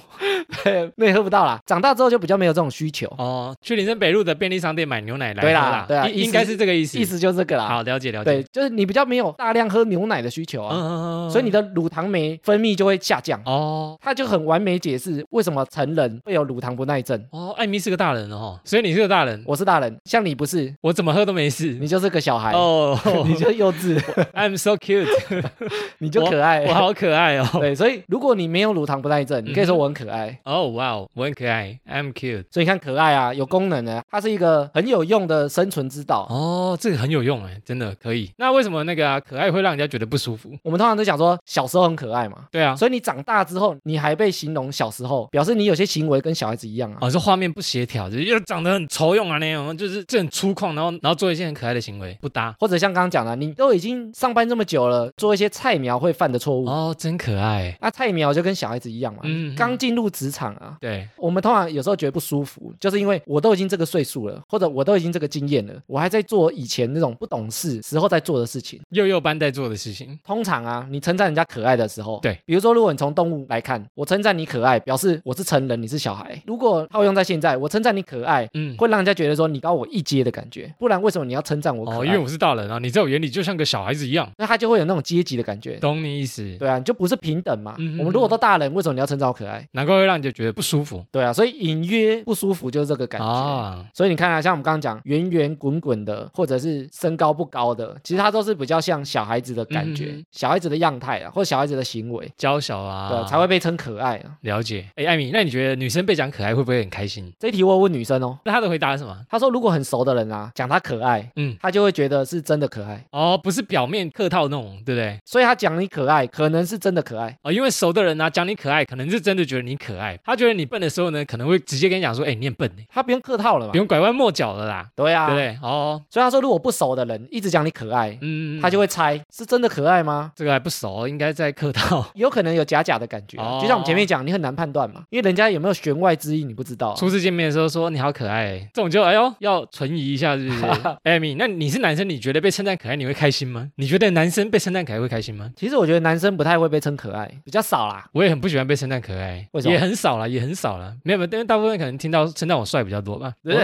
S2: 对，那也喝不到啦。长大之后就比较没有这种需求，
S1: 哦，去林森北路的便利商店买牛奶来
S2: 对啦
S1: 喝
S2: 对啊
S1: 应
S2: 意思
S1: 应该是这个意思。
S2: 意思就是这个啦。
S1: 好，了解了解。
S2: 对，就是你比较没有大量喝牛奶的需求
S1: 嗯，嗯
S2: 啊，
S1: 嗯嗯，
S2: 所以你的乳糖酶分泌就会下降。
S1: 哦
S2: 它就很完美解释为什么成人会有乳糖不耐症。
S1: 哦，艾米是个大人了哦，所以你是个大人，
S2: 我是大人，像你不是，
S1: 我怎么喝都没事
S2: 你。就是个小孩，
S1: 嗯哦
S2: 你就幼稚，
S1: ，I'm so cute，
S2: 你就可爱
S1: 我。好嗯可爱哦。
S2: 对，所以如果你没有乳糖不耐症，你可以说我很可爱。
S1: 哦，哇哦，我很可爱，I'm cute。
S2: 所以你看，可爱啊，有功能的，它是一个很有用的生存之道。
S1: 哦，这个很有用哎，真的可以。那为什么那个啊可爱会让人家觉得不舒服？
S2: 我们通常都讲说小时候很可爱嘛，
S1: 对啊，
S2: 所以你长大之后，你还被形容小时候，表示你有些行为跟小孩子一样啊。
S1: 哦，这画面不协调，就是又长得很丑用啊那种，就是这很粗犷，然后然后做一些很可爱的行为，不搭。
S2: 或者像刚刚讲的，你都已经上班这么久了，做一些菜苗会犯的错误。
S1: 哦，真可爱。
S2: 那、菜苗就跟小孩子一样嘛，
S1: 嗯嗯
S2: 刚进入职场啊，
S1: 对，
S2: 我们通常有时候觉得不舒服，就是因为我都已经这个岁数了，或者我都已经这个经验了，我还在做以前那种不懂事时候在做的事情。
S1: 幼幼班在做的事情。
S2: 通常啊，你称赞人家可爱的时候，
S1: 对，
S2: 比如说如果你从动物来看，我称赞你可爱，表示我是成人，你是小孩。如果套用在现在，我称赞你可爱，
S1: 嗯，
S2: 会让人家觉得说你高我一阶的感觉，不然为什么你要称赞我可
S1: 哦，
S2: 爱？
S1: 因为我是大人啊，你在我眼里就像个小孩子一样，
S2: 那他就会有那种阶级的感觉。
S1: 懂你意思？
S2: 对啊，你就不是平等嘛。
S1: 嗯嗯
S2: 我们如果都大人，为什么你要称赞我可爱？
S1: 难怪会让人家觉得不舒服
S2: 对啊，所以隐约不舒服就是这个感觉。
S1: 啊。
S2: 所以你看啊，像我们刚刚讲圆圆滚滚的，或者是身高不高的，其实它都是比较像小孩子的感觉，
S1: 嗯嗯嗯
S2: 小孩子的样态啊，或者小孩子的行为，
S1: 娇小啊，
S2: 对啊、才会被称可爱啊。
S1: 了解。哎，艾米，那你觉得女生被讲可爱会不会很开心？
S2: 这一题我有问女生哦，
S1: 那她的回答是什么？
S2: 她说如果很熟的人啊，讲她可爱，
S1: 嗯，
S2: 她就会觉得是真的可爱，
S1: 哦，不是表面客套那种，对不对？
S2: 所以她讲你可爱，可能是真的可爱。
S1: 哦，因为熟的人呢、啊、讲你可爱，可能是真的觉得你可爱。他觉得你笨的时候呢，可能会直接跟你讲说，哎，你很笨欸，
S2: 她不用客套了嘛
S1: 不，用拐弯抹角了啦，
S2: 对啊，
S1: 对不对？哦，
S2: 所以她说如果不熟的人一直讲你可爱，
S1: 嗯，
S2: 她就
S1: 会
S2: 会猜是真的可爱吗？
S1: 这个还不熟，应该在客套。
S2: 有可能有假假的感觉啊、
S1: 哦
S2: 就像我们前面讲，你很难判断嘛，因为人家有没有弦外之意你不知道啊、
S1: 初次见面的时候说你好可爱，这种就哎呦要存疑一下，是不是 ？Amy，那你是男生，你觉得被称赞可爱你会开心吗？你觉得男生被称赞可爱会开心吗？
S2: 其实我觉得男生不太会被称可爱，比较少啦。
S1: 我也很不喜欢被称赞可爱，
S2: 为什么
S1: 也很少了，也很少了，没有没有，因为大部分可能听到称赞我帅比较多吧。
S2: 对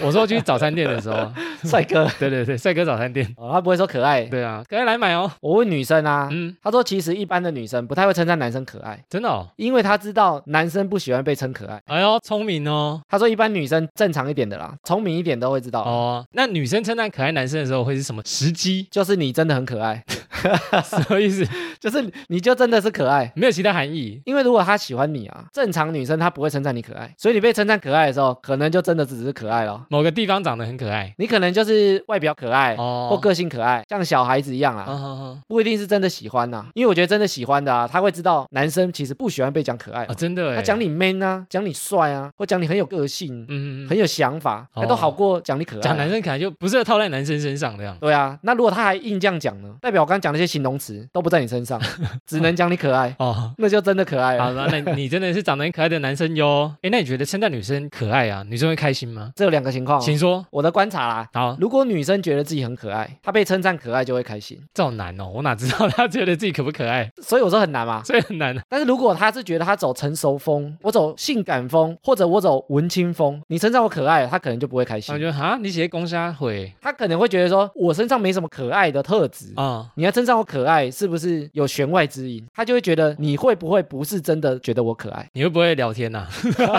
S1: 我，我说去早餐店的时候，
S2: 帅哥，
S1: 对对对，帅哥早餐店，
S2: 哦，他不会说可爱。
S1: 对啊，可爱来买哦。
S2: 我问女生啊，
S1: 嗯，
S2: 她说其实一般的女生不太会称赞男生可爱，
S1: 真的哦，
S2: 因为她知道男生不喜欢被称可爱。
S1: 哎呦，聪明哦。
S2: 她说一般女生正常一点的啦，聪明一点都会知道。？
S1: 哦，那女生称赞可爱男生的时候会是什么时机
S2: 就是你真的很可爱，
S1: 什么意思？
S2: 就是你就真的是可爱。
S1: 没有其他含义。
S2: 因为如果她喜欢你啊，正常女生她不会称赞你可爱，所以你被称赞可爱的时候，可能就真的只是可爱咯。
S1: 某个地方长得很可爱
S2: 你可能就是外表可爱，
S1: 哦，
S2: 或个性可爱，像小孩子一样啊，
S1: 哦哦
S2: 不一定是真的喜欢呐、因为我觉得真的喜欢的啊，他会知道男生其实不喜欢被讲可爱
S1: 哦，，真的哎，
S2: 他讲你 man 啊，讲你帅啊，或讲你很有个性、
S1: 嗯，嗯，嗯
S2: 很有想法，
S1: 哦
S2: 那都好过讲你可爱啊、
S1: 讲男生可爱就不适合套在男生身上这样。
S2: 对啊，那如果他还硬这样讲呢，代表我刚刚讲那些形容词都不在你身上，只能讲你可爱，
S1: 哦，
S2: 那就真的可爱
S1: 好
S2: 了。
S1: 了，那你真的是长得很可爱的男生哟。哎，那你觉得称赞女生可爱啊，女生会开心吗？
S2: 这有两个情况、哦，
S1: 请说。
S2: 我的观察啦。
S1: 好，
S2: 如果女生觉得自己很可爱，她被称赞可爱就会开心，
S1: 这好难哦，我哪知道她觉得自己可不可爱，
S2: 所以我说很难嘛。
S1: 所以很难。啊
S2: 但是如果她是觉得她走成熟风，我走性感风，或者我走文青风，你称赞我可爱，她可能就不会开
S1: 我
S2: 心
S1: 觉，得哈，你写公虾毁
S2: 她可能会觉得说我身上没什么可爱的特质，
S1: 啊，
S2: 你要称赞我可爱，是不是有弦外之音？他就会觉得你会不会不是真的觉得我可爱？
S1: 你会不会聊天呐？啊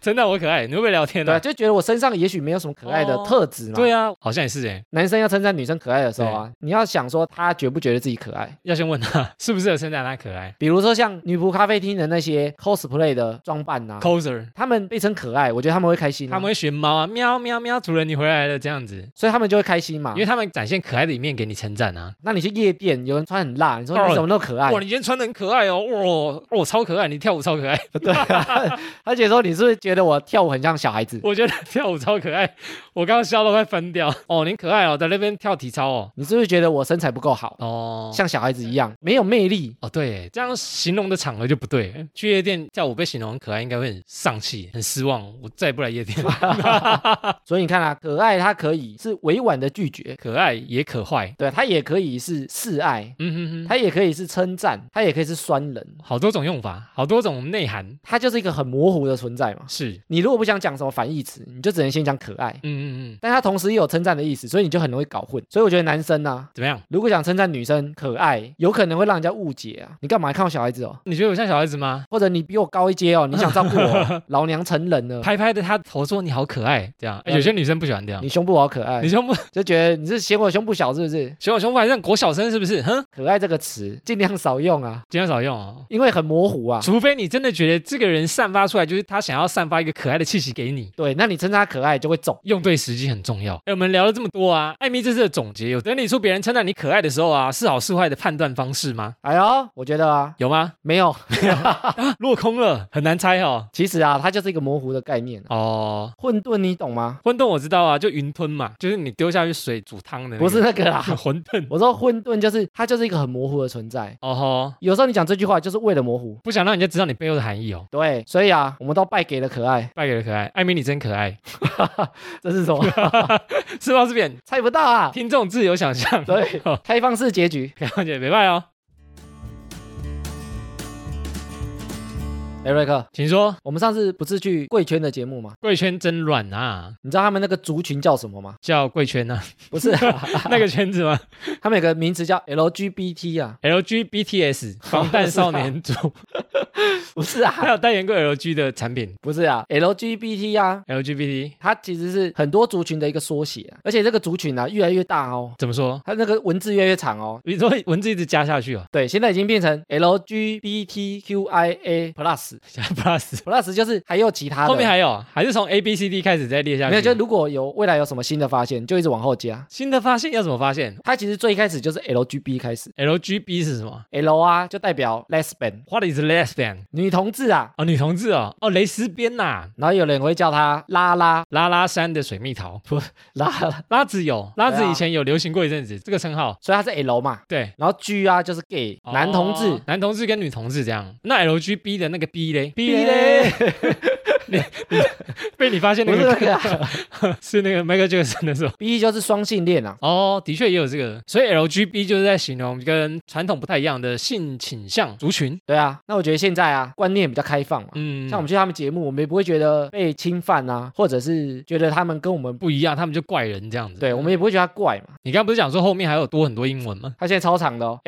S1: 真的我可爱，你会不会聊天
S2: 对啊，
S1: 呐？
S2: 就觉得我身上也许没有什么可爱的
S1: 哦
S2: 特质嘛。
S1: 对啊，好像也是哎，
S2: 男生要称赞女生可爱的时候啊，你要想说他觉不觉得自己可爱？
S1: 要先问他是不是有称赞他可爱
S2: 比如说像女仆咖啡厅的那些 cosplay 的装扮啊呐、
S1: ，coser，
S2: 他们被称可爱，我觉得他们会开心、
S1: 他们，会学猫啊，喵喵喵，主人你回来了这样子，
S2: 所以他们就会开心嘛
S1: 因。为他们展现可爱的一面给你称赞啊。
S2: 那你去夜店，有人穿很辣，你说
S1: 哦
S2: 你怎么那么可爱
S1: 哇，？你今天穿的很可爱哦，哇，哦，超可爱， 你跳舞超可爱，
S2: 对、啊，而且说你是不是觉得我跳舞很像小孩子？
S1: 我觉得跳舞超可爱，我刚刚笑到快翻掉。哦，你很可爱哦，在那边跳体操哦，
S2: 你是不是觉得我身材不够好，
S1: 哦，
S2: 像小孩子一样没有魅力？
S1: 哦，对耶，这样形容的场合就不对耶。去夜店跳舞被形容很可爱，应该会很丧气、很失望。我再也不来夜店了。
S2: 所以你看啊，可爱它可以是委婉的拒绝，
S1: 可爱也可坏，
S2: 对，啊它也可以是示爱，
S1: 嗯哼哼，
S2: 它也可以是称赞，它也可以是酸人。
S1: 好多种用法，好多种内涵。嗯，
S2: 它就是一个很模糊的存在嘛。
S1: 是，
S2: 你如果不想讲什么反义词，你就只能先讲可爱，
S1: 嗯嗯嗯，
S2: 但它同时也有称赞的意思，所以你就很容易搞混。所以我觉得男生啊，
S1: 怎么样？
S2: 如果想称赞女生可爱，有可能会让人家误解啊。你干嘛看我小孩子哦？
S1: 你觉得我像小孩子吗？
S2: 或者你比我高一阶哦，你想照顾我？老娘成人了，
S1: 拍拍的他头说你好可爱，这样、哎
S2: 嗯
S1: 有些女生不喜欢这样
S2: 你。胸部好可爱
S1: 你，胸部
S2: 就觉得你是嫌我胸部小是不是？
S1: 嫌我胸部还是很国小生是不是？哼，
S2: 可爱这个词尽量少用啊，
S1: 尽量少用哦。
S2: 因为很模糊啊。
S1: 除非你真的觉得这个人散发出来就是他想要散发一个可爱的气息给你，
S2: 对，那你称赞他可爱就会肿。
S1: 用对时机很重要。哎，我们聊了这么多啊，艾米这次的总结有整理出别人称赞你可爱的时候啊，是好是坏的判断方式吗？
S2: 哎呦，我觉得啊，
S1: 有吗？啊
S2: 没有，
S1: 落空了，很难猜哦。
S2: 其实啊，它就是一个模糊的概念、啊。
S1: 哦，
S2: 混沌，你懂吗？
S1: 混沌我知道啊，就云吞嘛，就是你丢下去水煮汤的、那个，
S2: 不是那个啦，啊
S1: 馄饨。
S2: 我说混沌就是它就是一个很模糊的存在。
S1: 哦吼，
S2: 有时候你讲这句话就是为了模糊。
S1: 不想让人家知道你背后的含义哦。
S2: 对，所以啊，我们都败给了可爱，
S1: 败给了可爱，艾米你真可爱，
S2: 这是什么？
S1: 是吧？这边
S2: 猜不到啊。
S1: 听众自由想象，
S2: 对，开放式结局。
S1: 了解，没拜哦。
S2: 哎，瑞克，
S1: 请说，
S2: 我们上次不是去贵圈的节目吗？
S1: 贵圈真乱啊，
S2: 你知道他们那个族群叫什么 吗？
S1: 叫贵圈 啊，
S2: 不是、啊，
S1: 那个圈子吗
S2: 他们有个名词叫 LGBT 啊，
S1: ？LGBTS 防弹少年组，
S2: 不是啊，
S1: 还有代言过 LG 的产品
S2: 不是啊，LGBT 啊，
S1: ，LGBT
S2: 它其实是很多族群的一个缩写、啊，而且这个族群啊越来越大哦，
S1: 怎么说？
S2: 它那个文字越来越长哦。
S1: 你说文字一直加下去哦
S2: 对，现在已经变成 LGBTQIA plus
S1: 加 plus，
S2: plus 就是还有其他的，
S1: 后面还有，还是从 A B C D 开始再列下去。
S2: 没有？就如果有未来有什么新的发现，就一直往后加。
S1: 新的发现要怎么发现
S2: 它其实最开始就是 LGB 开始
S1: ？LGB 是什么
S2: ，L 啊就代表 lesbian
S1: ？What is lesbian？
S2: 女同志啊，
S1: 哦，女同志哦，哦，蕾丝边呐，
S2: 然后有人会叫它拉拉
S1: 拉拉山的水蜜桃，不，
S2: 拉 拉，
S1: 拉子有，拉子
S2: 对啊
S1: 以前有流行过一阵子这个称号，
S2: 所以它是 L 嘛。
S1: 对，
S2: 然后 G 啊就是 gay 男同志、
S1: 哦男同志跟女同志这样。那 LGB 的那个 B 嘞，B
S2: 嘞，
S1: 你你被你发现那
S2: 不是那
S1: 个
S2: 个啊
S1: 是那个 Michael Jackson 的时候。
S2: ，B 就是双性恋啊。
S1: 哦，的确也有这个，所以 LGB 就是在形容跟传统不太一样的性倾向族群。
S2: 对啊，那我觉得现在啊，观念比较开放嘛。
S1: 嗯，
S2: 像我们去他们节目，我们也不会觉得被侵犯啊，或者是觉得他们跟我们不，
S1: 不一样，他们就怪人这样子。
S2: 对我们也不会觉得他怪嘛。
S1: 你刚刚不是讲说后面还有多很多英文吗？
S2: 他现在超长的哦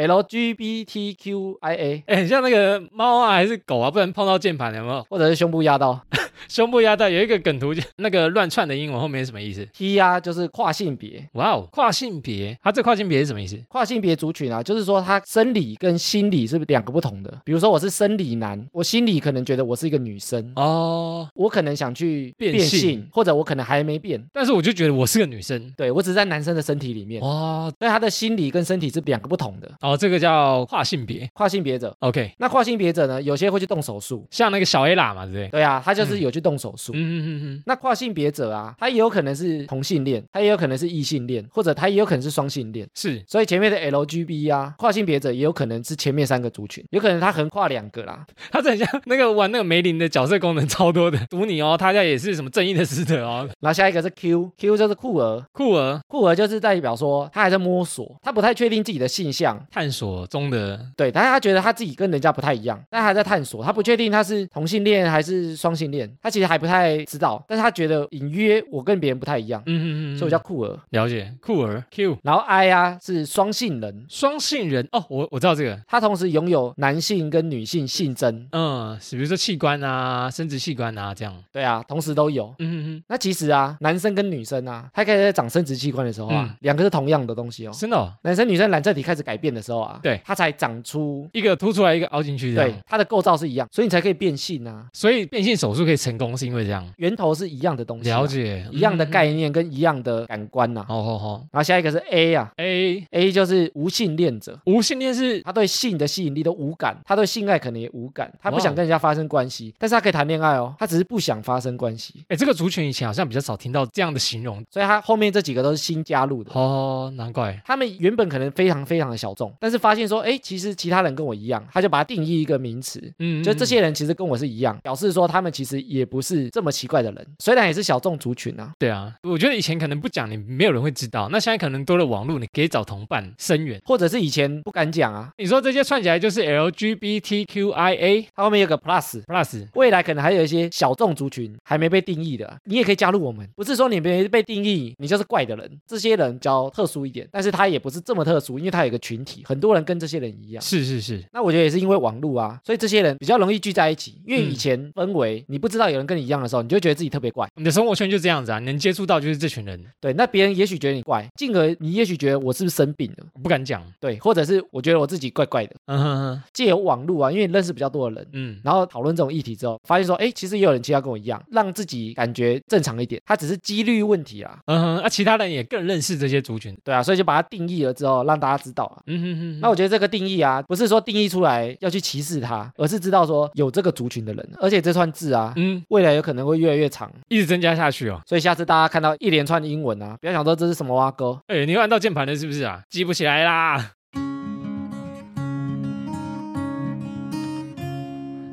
S2: ，LGBTQIA，
S1: 哎，很像那个猫啊还是狗啊，不然碰到键盘有没有？
S2: 或者是胸部压到
S1: 胸部压带有一个梗图，就那个乱串的英文后面是什么意思？
S2: T 啊，就是跨性别。
S1: 哇哦，跨性别，它这跨性别是什么意思？
S2: 跨性别族群啊，就是说他生理跟心理是两个不同的。比如说我是生理男，我心里可能觉得我是一个女生，
S1: 哦，
S2: 我可能想去
S1: 变
S2: 变
S1: 性
S2: 性，或者我可能还没变，
S1: 但是我就觉得我是个女生。
S2: 对我只是在男生的身体里面，
S1: 哇
S2: 所以他的心理跟身体是两个不同的。
S1: 哦，这个叫跨性别。
S2: 跨性别者，
S1: OK，
S2: 那跨性别者呢，有些会去动手术，
S1: 像那个小 A 啦嘛，对不对？
S2: 对啊，他就是有去动手术。
S1: 嗯嗯嗯嗯。
S2: 那跨性别者啊，他也有可能是同性恋，他也有可能是异性恋，或者他也有可能是双性恋。
S1: 是
S2: 所以前面的 LGB 啊，跨性别者也有可能是前面三个族群，有可能他横跨两个啦。
S1: 他这很像 那个玩那个梅林的角色功能超多的，赌你哦，他家也是什么正义的使者哦，
S2: 然后下一个是 Q，Q 就是酷儿，
S1: 酷儿
S2: 酷儿就是代表说他还在摸索，他不太确定自己的性向，
S1: 探索中的
S2: 对，但是他觉得他自己跟人家不太一样，但还在探索，他不确定他是同性恋还是双性恋，他其实还不太知道，但是他觉得隐约我跟别人不太一样，
S1: 嗯嗯嗯嗯，
S2: 所以我叫酷儿。
S1: 了解酷儿 Q
S2: 然后 I 啊是双性人，
S1: 双性人哦，我我知道这个，
S2: 他同时拥有男性跟女性性征，
S1: 嗯，比如说器官啊，生殖器官啊这样，
S2: 对啊，同时都有。
S1: 嗯嗯
S2: 那其实啊，男生跟女生啊，他开始在长生殖器官的时候啊，
S1: 嗯
S2: 两个是同样的东西哦
S1: 嗯，。真的、哦、
S2: 男生女生染色体开始改变的时候啊，
S1: 对
S2: 他才长出，
S1: 一个凸出来一个凹进去这
S2: 对
S1: 样，，
S2: 它的构造是一样，所以你才可以变性啊。
S1: 所以变性手术可以成功是因为这样，
S2: 源头是一样的东西、啊
S1: 了，解嗯
S2: 一样的
S1: 念，
S2: 概念跟一样的感官呐、
S1: 好好好
S2: 然后下一个是 A 啊
S1: A。
S2: ，A 就是无性恋者，
S1: 无性恋是
S2: 他对性的吸引力都无感，他对性爱可能也无感，他不
S1: 哇
S2: 想
S1: 哦
S2: 跟人家发生关系，但是他可以谈恋爱哦，他只是不想发生关系，
S1: 哎，这个族群以前好像比较少听到这样的形容
S2: 所以他后面这几个都是新加入的。
S1: 哦，难怪
S2: 他们原本可能非常非常的小众，但是发现说，哎，其实其他人跟我一样，他就把它定义一个名词，
S1: 嗯
S2: 就这，些人其实跟我是一样，表示说他们其实也也不是这么奇怪的人，虽然也是小众族群啊。
S1: 对啊，我觉得以前可能不讲，你没有人会知道。那现在可能多了网络，你可以找同伴声援。
S2: 或者是以前不敢讲啊，
S1: 你说这些串起来就是 LGBTQIA
S2: 它后面有个 plus，
S1: plus，
S2: 未来可能还有一些小众族群还没被定义的啊，你也可以加入我们。不是说你没被定义，你就是怪的人。这些人比较特殊一点，但是他也不是这么特殊，因为他有一个群体，很多人跟这些人一样。
S1: 是是是，
S2: 那我觉得也是因为网络啊，所以这些人比较容易聚在一起。因为
S1: 嗯
S2: 以前氛围，你不知道有人跟你一样的时候，你就会觉得自己特别怪。
S1: 你的生活圈就这样子啊，你能接触到就是这群人，
S2: 对，那别人也许觉得你怪，进而你也许觉得我是不是生病了？
S1: 不敢讲。
S2: 对，或者是我觉得我自己怪怪的。
S1: 嗯哼哼，
S2: 借由网络啊，因为你认识比较多的人，
S1: 嗯，
S2: 然后讨论这种议题之后，发现说，哎，其实也有人其他跟我一样，让自己感觉正常一点。它只是几率问题啊，
S1: 嗯哼，啊，其他人也更认识这些族群。
S2: 对啊，所以就把它定义了之后，让大家知道啊。
S1: 嗯哼哼，
S2: 那我觉得这个定义啊，不是说定义出来要去歧视它，而是知道说有这个族群的人，而且这串字啊，
S1: 嗯，
S2: 未来有可能会越来越长。
S1: 一直增加下去哦。
S2: 所以下次大家看到一连串的英文啊，不要想说这是什么挖沟，
S1: 哎，你又按到键盘了是不是啊？记不起来啦。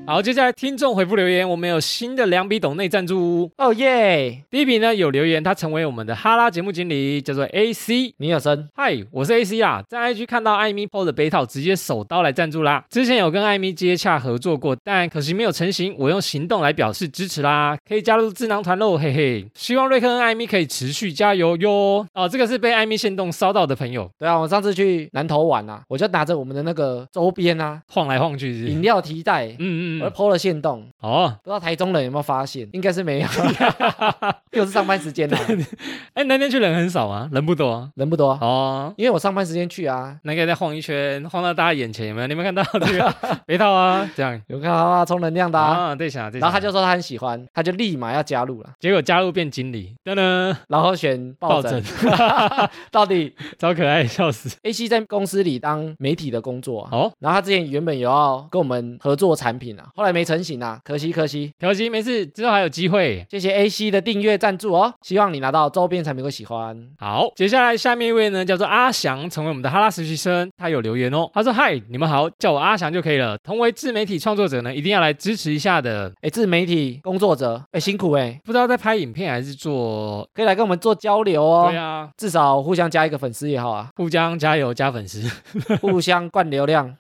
S1: 好，接下来听众回复留言，我们有新的两笔懂内赞助。
S2: 哦耶，
S1: 第一笔呢有留言，他成为我们的哈拉节目经理，叫做 A C。
S2: 你有声
S1: 嗨，我是 AC 啊，在 IG 看到艾米 PO 的杯套，直接手刀来赞助啦。之前有跟艾米接洽合作过，但可惜没有成型，我用行动来表示支持啦。可以加入智囊团喽，嘿嘿。希望瑞克跟艾米可以持续加油哟。哦，这个是被艾米线动烧到的朋友，
S2: 对啊，我上次去南投玩啊，我就拿着我们的那个周边啊，
S1: 晃来晃去是不是
S2: 饮料提袋，
S1: 嗯嗯
S2: 我就
S1: 嗯，
S2: 剖了线洞，
S1: 哦，
S2: 不知道台中人有没有发现，应该是没有， 又是上班时间啊，
S1: 哎，那天去人很少啊，人不多 啊。
S2: 人不多，
S1: 哦，
S2: 因为我上班时间去啊。
S1: 那个再晃一圈，晃到大家眼前有没有？你有没有看到这 个杯套啊？这样
S2: 有看到啊，充能量的啊。
S1: 啊，对想对想，
S2: 然后他就说他很喜欢，他就立马要加入了，
S1: 结果加入变经理，噔噔，
S2: 然后选抱枕。 到底
S1: 超可爱，笑死。
S2: A C 在公司里当媒体的工作啊，
S1: 哦，
S2: 然后他之前原本有要跟我们合作产品啊，后来没成型啊，可惜可惜。
S1: 调息没事，之后还有机会。
S2: 谢谢 A C 的订阅赞助哦，希望你拿到周边产品会喜欢。
S1: 好，接下来下面一位呢，叫做阿翔，成为我们的哈拉实习生，他有留言哦，他说：“嗨，你们好，叫我阿翔就可以了。同为自媒体创作者呢，一定要来支持一下的。
S2: 哎，自媒体工作者，哎，辛苦哎，
S1: 不知道在拍影片还是做……
S2: 可以来跟我们做交流哦。
S1: 对啊，，
S2: 至少互相加一个粉丝也好啊
S1: 互相加油，加粉丝。
S2: 互相灌流量，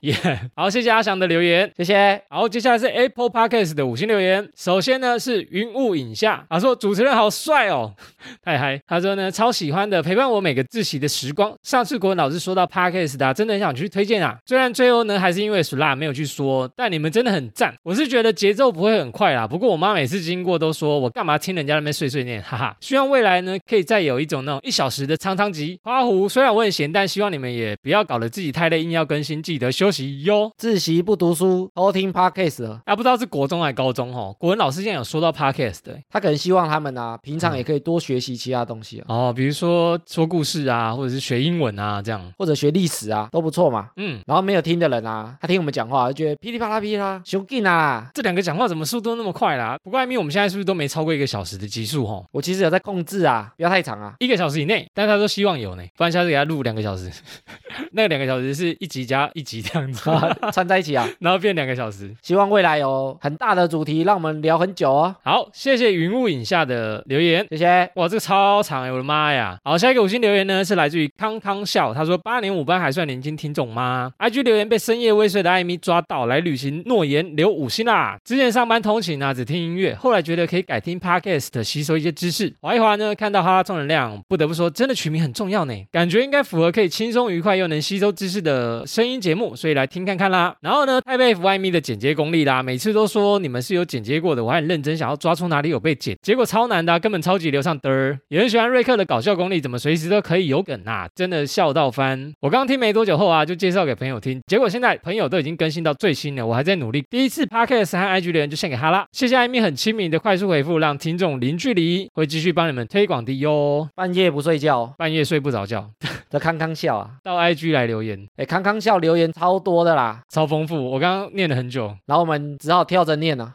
S1: 好，谢谢阿翔的留言。”
S2: 谢谢。
S1: 好，接下来是 Apple Podcast 的五星留言。首先呢是云雾影下，他说主持人好帅哦， 太嗨。他说呢超喜欢的，陪伴我每个自习的时光。上次国文老师说到 Podcast 的、啊，真的很想去推荐啊。虽然最后呢还是因为暑辣没有去说，但你们真的很赞。我是觉得节奏不会很快啦，不过我妈每次经过都说我干嘛听人家那边碎碎念，哈哈。希望未来呢可以再有一种那种一小时的苍苍集。花狐虽然我很闲，但希望你们也不要搞得自己太累，硬要更新，记得休息哟。
S2: 自习不读书，偷听 podcast 了
S1: 啊，不知道是国中还是高中哦。国文老师现在有说到 podcast 的、
S2: 他可能希望他们啊，平常也可以多学习其他东西啊，
S1: 哦，比如说说故事啊，或者是学英文啊这样。
S2: 或者学历史啊，都不错嘛。
S1: 嗯，
S2: 然后没有听的人啊，他听我们讲话就觉得噼里啪啦噼里啪啦，熊劲啊！
S1: 这两个讲话怎么速度那么快啦？不过艾米，我们现在是不是都没超过一个小时的集数哦？
S2: 我其实有在控制啊，不要太长啊。
S1: 一个小时以内，但是他说希望有呢，不然下次给他录两个小时。 那个两个小时是一集加一集这样子，
S2: 串在一起啊！
S1: 然后变两个小时。
S2: 希望未来有很大的主题，让我们聊很久哦。
S1: 好，谢谢云雾影下的留言。
S2: 谢谢，
S1: 哇，这个超长哎、我的妈呀！好，下一个五星留言呢是来自于康康笑，他说八年五班还算年轻听众吗？IG 留言被深夜未睡的艾米抓到，来履行诺言，留五星啦。之前上班通勤啊，只听音乐，后来觉得可以改听 Podcast，吸收一些知识。滑一滑呢，看到哈拉充能量，不得不说，真的取名很重要呢，感觉应该符合可以轻松愉快又能吸收知识的声音节目，所以来听看看啦。然后呢，太佩服艾米的剪接功力啦，每次都说你们是有剪接过的，我还很认真想要抓出哪里有被剪，结果超难的啊、根本超级流畅的儿。也很喜欢瑞克的搞笑功力，怎么随时都可以有梗啊，真的笑到翻。我刚听没多久后啊，就介绍给朋友听，结果现在朋友都已经更新到最新了，我还在努力。第一次 podcast 和 IG 留言就献给哈啦，谢谢艾米很亲民的快速回复，让听众零距离，会继续帮你们推广的哟。
S2: 半夜不睡觉，
S1: 半夜睡不着觉，
S2: 的康康笑啊，
S1: 到 IG 来留言，
S2: 哎，康康笑留言超多的啦，
S1: 超丰富。我刚刚念了很久，
S2: 然后我们只好跳着 念啊。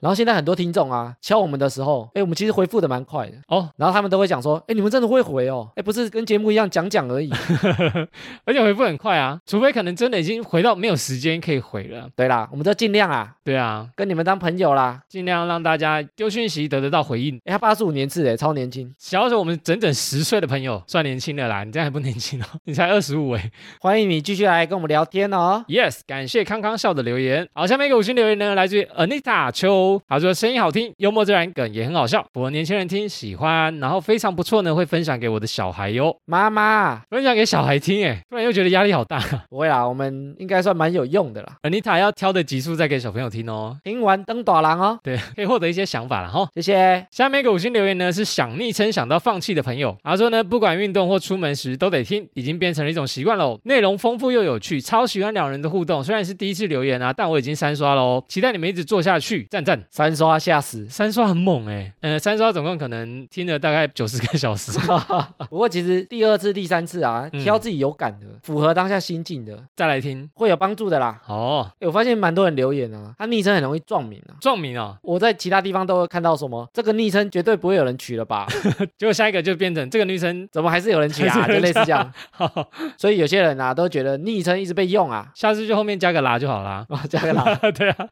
S2: 然后现在很多听众啊敲我们的时候，哎，我们其实回复的蛮快的。
S1: 哦，
S2: 然后他们都会讲说，哎，你们真的会回哦，哎，不是跟节目一样讲讲而已。
S1: 而且回复很快啊，除非可能真的已经回到没有时间可以回了。
S2: 对啦，我们就尽量啊，
S1: 对啊，
S2: 跟你们当朋友啦。
S1: 尽量让大家丢讯息得得到回应。
S2: 哎，他八十五年次哎，超年轻，
S1: 小时候我们整整十岁的朋友算年轻的啦，你这样还不年轻哦， 你才二十五哎。
S2: 欢迎你继续来跟我们聊天哦。
S1: Yes，感谢康康笑的留言。好，下面一个五星留言呢，来自于 Anita 秋，他说声音好听，幽默自然，梗也很好笑，符合年轻人听，喜欢，然后非常不错呢，会分享给我的小孩哟，
S2: 妈妈，
S1: 分享给小孩听，哎，突然又觉得压力好大。
S2: 不会啦，我们应该算蛮有用的啦。
S1: Anita 要挑的集数再给小朋友听哦，
S2: 听完登短郎哦，
S1: 对，可以获得一些想法了哈。
S2: 谢谢。
S1: 下面一个五星留言呢，是想昵称想到放弃的朋友，他说呢，不管运动或出门时都得听，已经变成了一种习惯喽。内容丰富又有趣，超喜欢两人的互动。虽然是第一次留言啊，但我已经三刷喽，期待你们一直做下去，赞赞。。
S2: 三刷吓死
S1: 三刷很猛哎、呃，三刷总共可能听了大概九十个小时，
S2: 不过其实第二次、第三次啊，
S1: 嗯
S2: 挑自己有感的、符合当下心境的，
S1: 再来听。
S2: 会有帮助的啦。
S1: 哦，
S2: 诶我发现蛮多人留言啊，他昵称很容易撞名啊。
S1: 撞名哦，
S2: 我在其他地方都会看到什么，这个昵称绝对不会有人取 了吧？
S1: 结果下一个就变成这个女生，
S2: 怎么还是有人取 啊？
S1: 还是有人
S2: 就类似这样，
S1: 好，
S2: 所以有些人啊都觉得昵称一直被用啊。
S1: 下次就后面加个啦就好啦。
S2: 哇，这个啦，
S1: 对啊，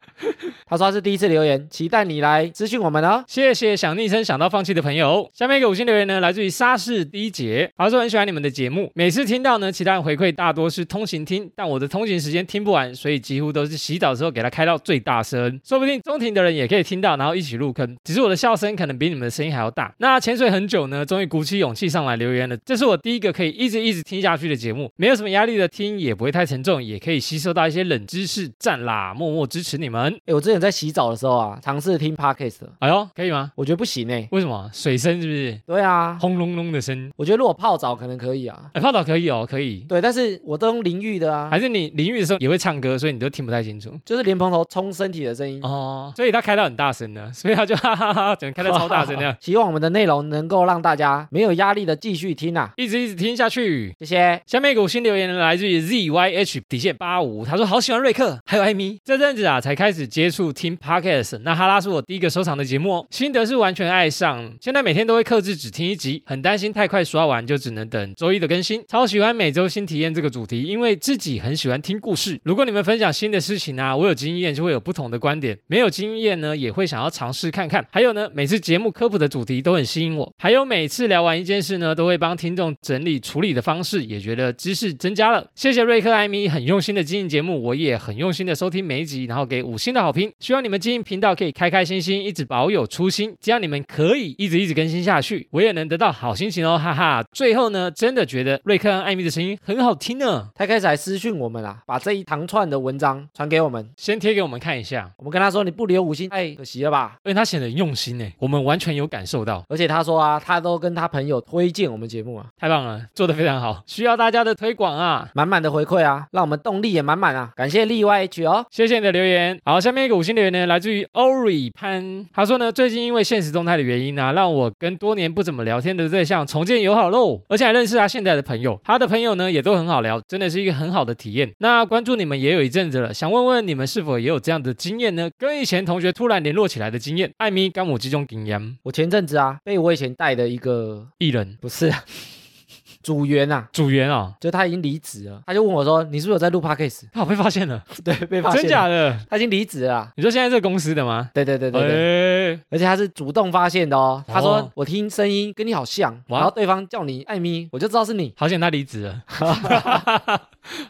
S2: 他说他是第一次留言，期待你来私讯我们哦。
S1: 谢谢想昵称想到放弃的朋友。下面一个五星留言呢，来自于沙士第一节，他说很喜欢你们的节目，每次听到呢，其他人回馈大多是通勤听，但我的通勤时间听不完，所以几乎都是洗澡的时候给它开到最大声，说不定中庭的人也可以听到，然后一起入坑。只是我的笑声可能比你们的声音还要大。那潜水很久呢，终于鼓起勇气上来留言了，这是我第一个可以一直一直听下去的节目，没有什么压力的听，也不会太沉重，也可以吸收到一些冷知识，赞啦，默默支持你们。
S2: 诶，我之前在洗澡的时候啊，尝试听 podcast，
S1: 哎呦，可以吗？
S2: 我觉得不行哎、
S1: 为什么水声是不是？
S2: 对啊，
S1: 轰隆隆的声音。
S2: 我觉得如果泡澡可能可以啊。
S1: 哎，泡澡可以哦，可以。
S2: 对，但是我都用淋浴的啊，
S1: 还是你淋浴的时候也会唱歌，所以你都听不太清楚
S2: 就是莲蓬头冲身体的声音。，
S1: 哦。所以他开到很大声呢，所以他就 哈哈哈，整个开到超大声那样
S2: 希望我们的内容能够让大家没有压力的继续听啊，
S1: 一直一直听下去。
S2: 谢谢。
S1: 下面一个五星留言呢，来自于 ZYH 底线八五，他说好喜欢瑞克，还有艾米。这阵子啊，才开始接触听 podcast，那哈拉是我第一个收藏的节目哦，心得是完全爱上。现在每天都会克制只听一集，很担心太快刷完，就只能等周一的更新。超喜欢每周新体验这个主题，因为自己很喜欢听故事。如果你们分享新的事情啊，我有经验就会有不同的观点，没有经验呢，也会想要尝试看看。还有呢，每次节目科普的主题都很吸引我，还有每次聊完一件事呢，都会帮听众整理处理的方式，也觉得知识增加了。谢谢瑞克、艾米很用心的经营节目，我也很用心的收听每一集，然后给五星的好评。希望你们经营频道可以开开心心，一直保有初心，这样你们可以一直一直更新下去，我也能得到好心情哦，哈哈。最后呢，真的觉得瑞克和艾米的声音很好听呢，
S2: 他开始还私讯我们啊啦，把这一长串的文章传给我们，
S1: 先贴给我们看一下，
S2: 我们跟他说你不留五星太可惜了吧。
S1: 哎因为他显得很用心呢，我们完全有感受到。
S2: 而且他说啊，他都跟他朋友推荐我们节目啊，
S1: 太棒了，做得非常好，需要大家的推广啊！
S2: 满满的回馈啊，让我们动力也满满啊，感谢例外 H 哦。
S1: 谢谢你的留言。好，下面一个五星留言呢，来自于 Ori 潘，他说呢，最近因为现实动态的原因呢、啊让我跟多年不怎么聊天的对象重建友好喽，而且还认识他现在的朋友，他的朋友呢也都很好聊，真的是一个很好的体验。那关注你们也有一阵子了，想问问你们是否也有这样的经验呢？跟以前同学突然联络起来的经验，艾米干母之中经验，
S2: 我前阵子啊，被我以前带的一个
S1: 艺人
S2: 不是、 啊、组员啊，
S1: 组员啊、
S2: 就他已经离职了，他就问我说，你是不是有在录 podcast？
S1: 他好被发现了，
S2: 对，被发现了，
S1: 真假的？
S2: 他已经离职了啊。
S1: 你说现在这个公司的吗？
S2: 对对对对对。
S1: 对
S2: 而且他是主动发现的哦。他说、
S1: 哎哦
S2: 我听声音跟你好像，
S1: 哇
S2: 然后对方叫你艾米，我就知道是你，
S1: 好险他离职了，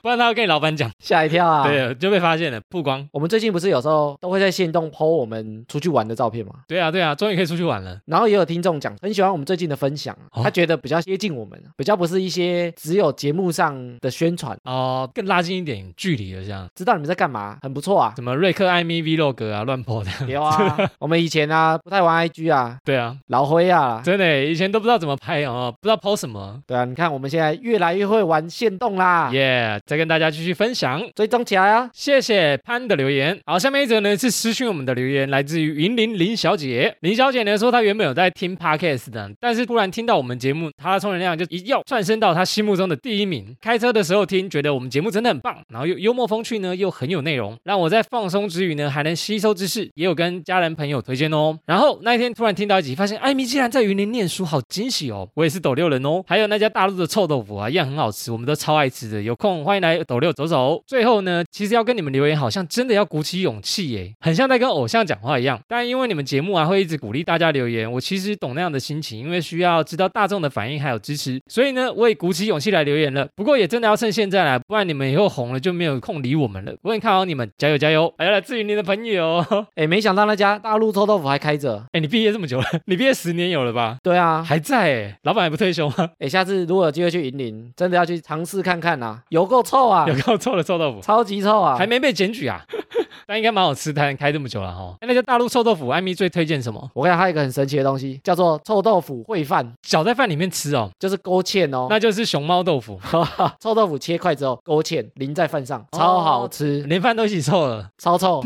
S1: 不然他要跟你老板讲，
S2: 吓一跳啊！，
S1: 对，就被发现了，曝光。
S2: 我们最近不是有时候都会在线动 PO 我们出去玩的照片吗？
S1: 对啊，对啊，终于可以出去玩了。
S2: 然后也有听众讲很喜欢我们最近的分享啊，
S1: 哦
S2: 他觉得比较接近我们，比较不是一些只有节目上的宣传，
S1: 哦，更拉近一点距离了，这样
S2: 知道你们在干嘛，很不错啊。
S1: 什么瑞克艾米 Vlog 啊，乱播的，
S2: 有啊，我们以前啊，不太玩 IG 啊，
S1: 对啊，
S2: 老灰啊。
S1: 真的，以前都不知道怎么拍啊，不知道 PO 什么。
S2: 对啊，你看我们现在越来越会玩线动啦，
S1: 耶、再跟大家继续分享。
S2: 追踪起来啊！
S1: 谢谢潘的留言。好，下面一则呢是私讯我们的留言，来自于云林林小姐。林小姐呢说她原本有在听 podcast 的，但是突然听到我们节目，她的充能量就一跃窜升到她心目中的第一名。开车的时候听，觉得我们节目真的很棒，然后又幽默风趣呢，又很有内容，让我在放松之余呢还能吸收知识，也有跟家人朋友推荐哦。然后那一天突然听到一集，发现哎艾米竟然在云林念书，好惊喜哦！我也是斗六人哦。还有那家大陆的臭豆腐啊，一样很好吃，我们都超爱吃的。有空欢迎来斗六走走。最后呢，其实要跟你们留言，好像真的要鼓起勇气耶，很像在跟偶像讲话一样。但因为你们节目啊会一直鼓励大家留言，我其实懂那样的心情，因为需要知道大众的反应还有支持，所以呢，我也鼓起勇气来留言了。不过也真的要趁现在来，不然你们以后红了就没有空理我们了。我很看好你们，加油加油！还哎有来自于你的朋友，
S2: 哎，没想到那家大陆臭豆腐还开着。
S1: 哎，你毕业这么久了，你毕业十年有了吧？
S2: 对啊，
S1: 还在哎，老板还不退休吗？
S2: 哎，下次如果有机会去云林，真的要去尝试看看啊，有够臭啊
S1: 有，够臭的臭豆腐，
S2: 超级臭啊！
S1: 还没被检举 啊，但应该蛮好吃，它开这么久了哈。哎那家大陆臭豆腐，艾米最推荐什么？
S2: 我看还有一个很神奇的东西，叫做臭豆腐烩饭，
S1: 搅在饭里面吃哦，
S2: 就是勾芡哦。
S1: 那就是熊猫豆 腐，
S2: 臭豆腐切块之后勾芡淋在饭
S1: 哦
S2: 上，超好吃，
S1: 连饭都一起臭了。
S2: 超臭，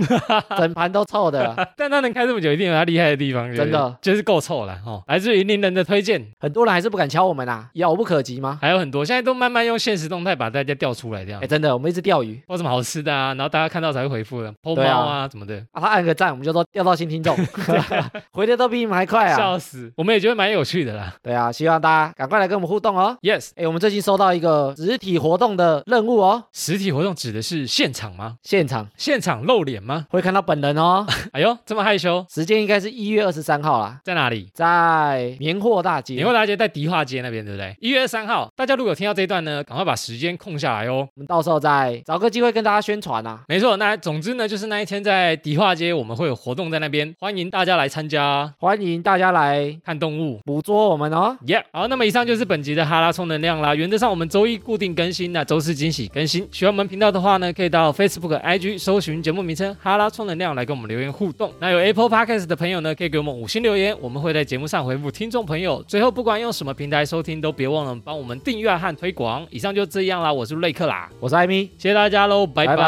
S2: 整盘都臭的。啊
S1: 但它能开这么久，一定有它厉害的地方，对不对
S2: 真的
S1: 就是够臭了哦。来自云林人的推荐
S2: 很多人还是不敢敲我们啊，遥不可及吗？
S1: 还有很多，现在都慢慢用现实动态把大家调出来，这样
S2: 哎，真的，我们一直钓鱼
S1: 有什么好吃的啊，然后大家看到才会回复的，剖猫
S2: 对啊
S1: 啊什么的，
S2: 啊，他按个赞，我们就说钓到新听 众， 回的都比你们还快啊。
S1: 笑死，我们也觉得蛮有趣的啦。
S2: 对啊，希望大家赶快来跟我们互动哦。
S1: Yes，
S2: 哎，我们最近收到一个实体活动的任务哦，
S1: 实体活动指的是现场吗？
S2: 现场
S1: 现场露脸吗？
S2: 会看到本人哦，
S1: 哎呦，这么害羞，
S2: 时间应该是一月二十三号啦，
S1: 在哪里？
S2: 在年货大街。
S1: 年货大街在迪化街那边，对不对？一月三号，大家如果有听到这一段呢，赶快把时间空下来哦。
S2: 我们到时候再找个机会跟大家宣传啊。
S1: 没错，那总之呢，就是那一天在迪化街，我们会有活动在那边，欢迎大家来参加
S2: 欢迎大家来
S1: 看动物。
S2: 捕捉我们哦。
S1: 耶、好，那么以上就是本集的哈拉充能量啦。原则上我们周一固定更新，那周四惊喜更新。喜欢我们频道的话呢，可以到 Facebook、IG 搜寻节目名称“哈拉充能量”来跟我们留言互动。那有 Apple Podcast 的朋友呢，可以给我们五星留言，我们会在节目上回复听众朋友。最后，不管用什么平台收听，都别忘了帮我们订阅和推广。以上就这样啦，我是瑞克啦，
S2: 我是艾米，
S1: 谢谢大家喽，拜
S2: 拜
S1: 拜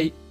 S2: 拜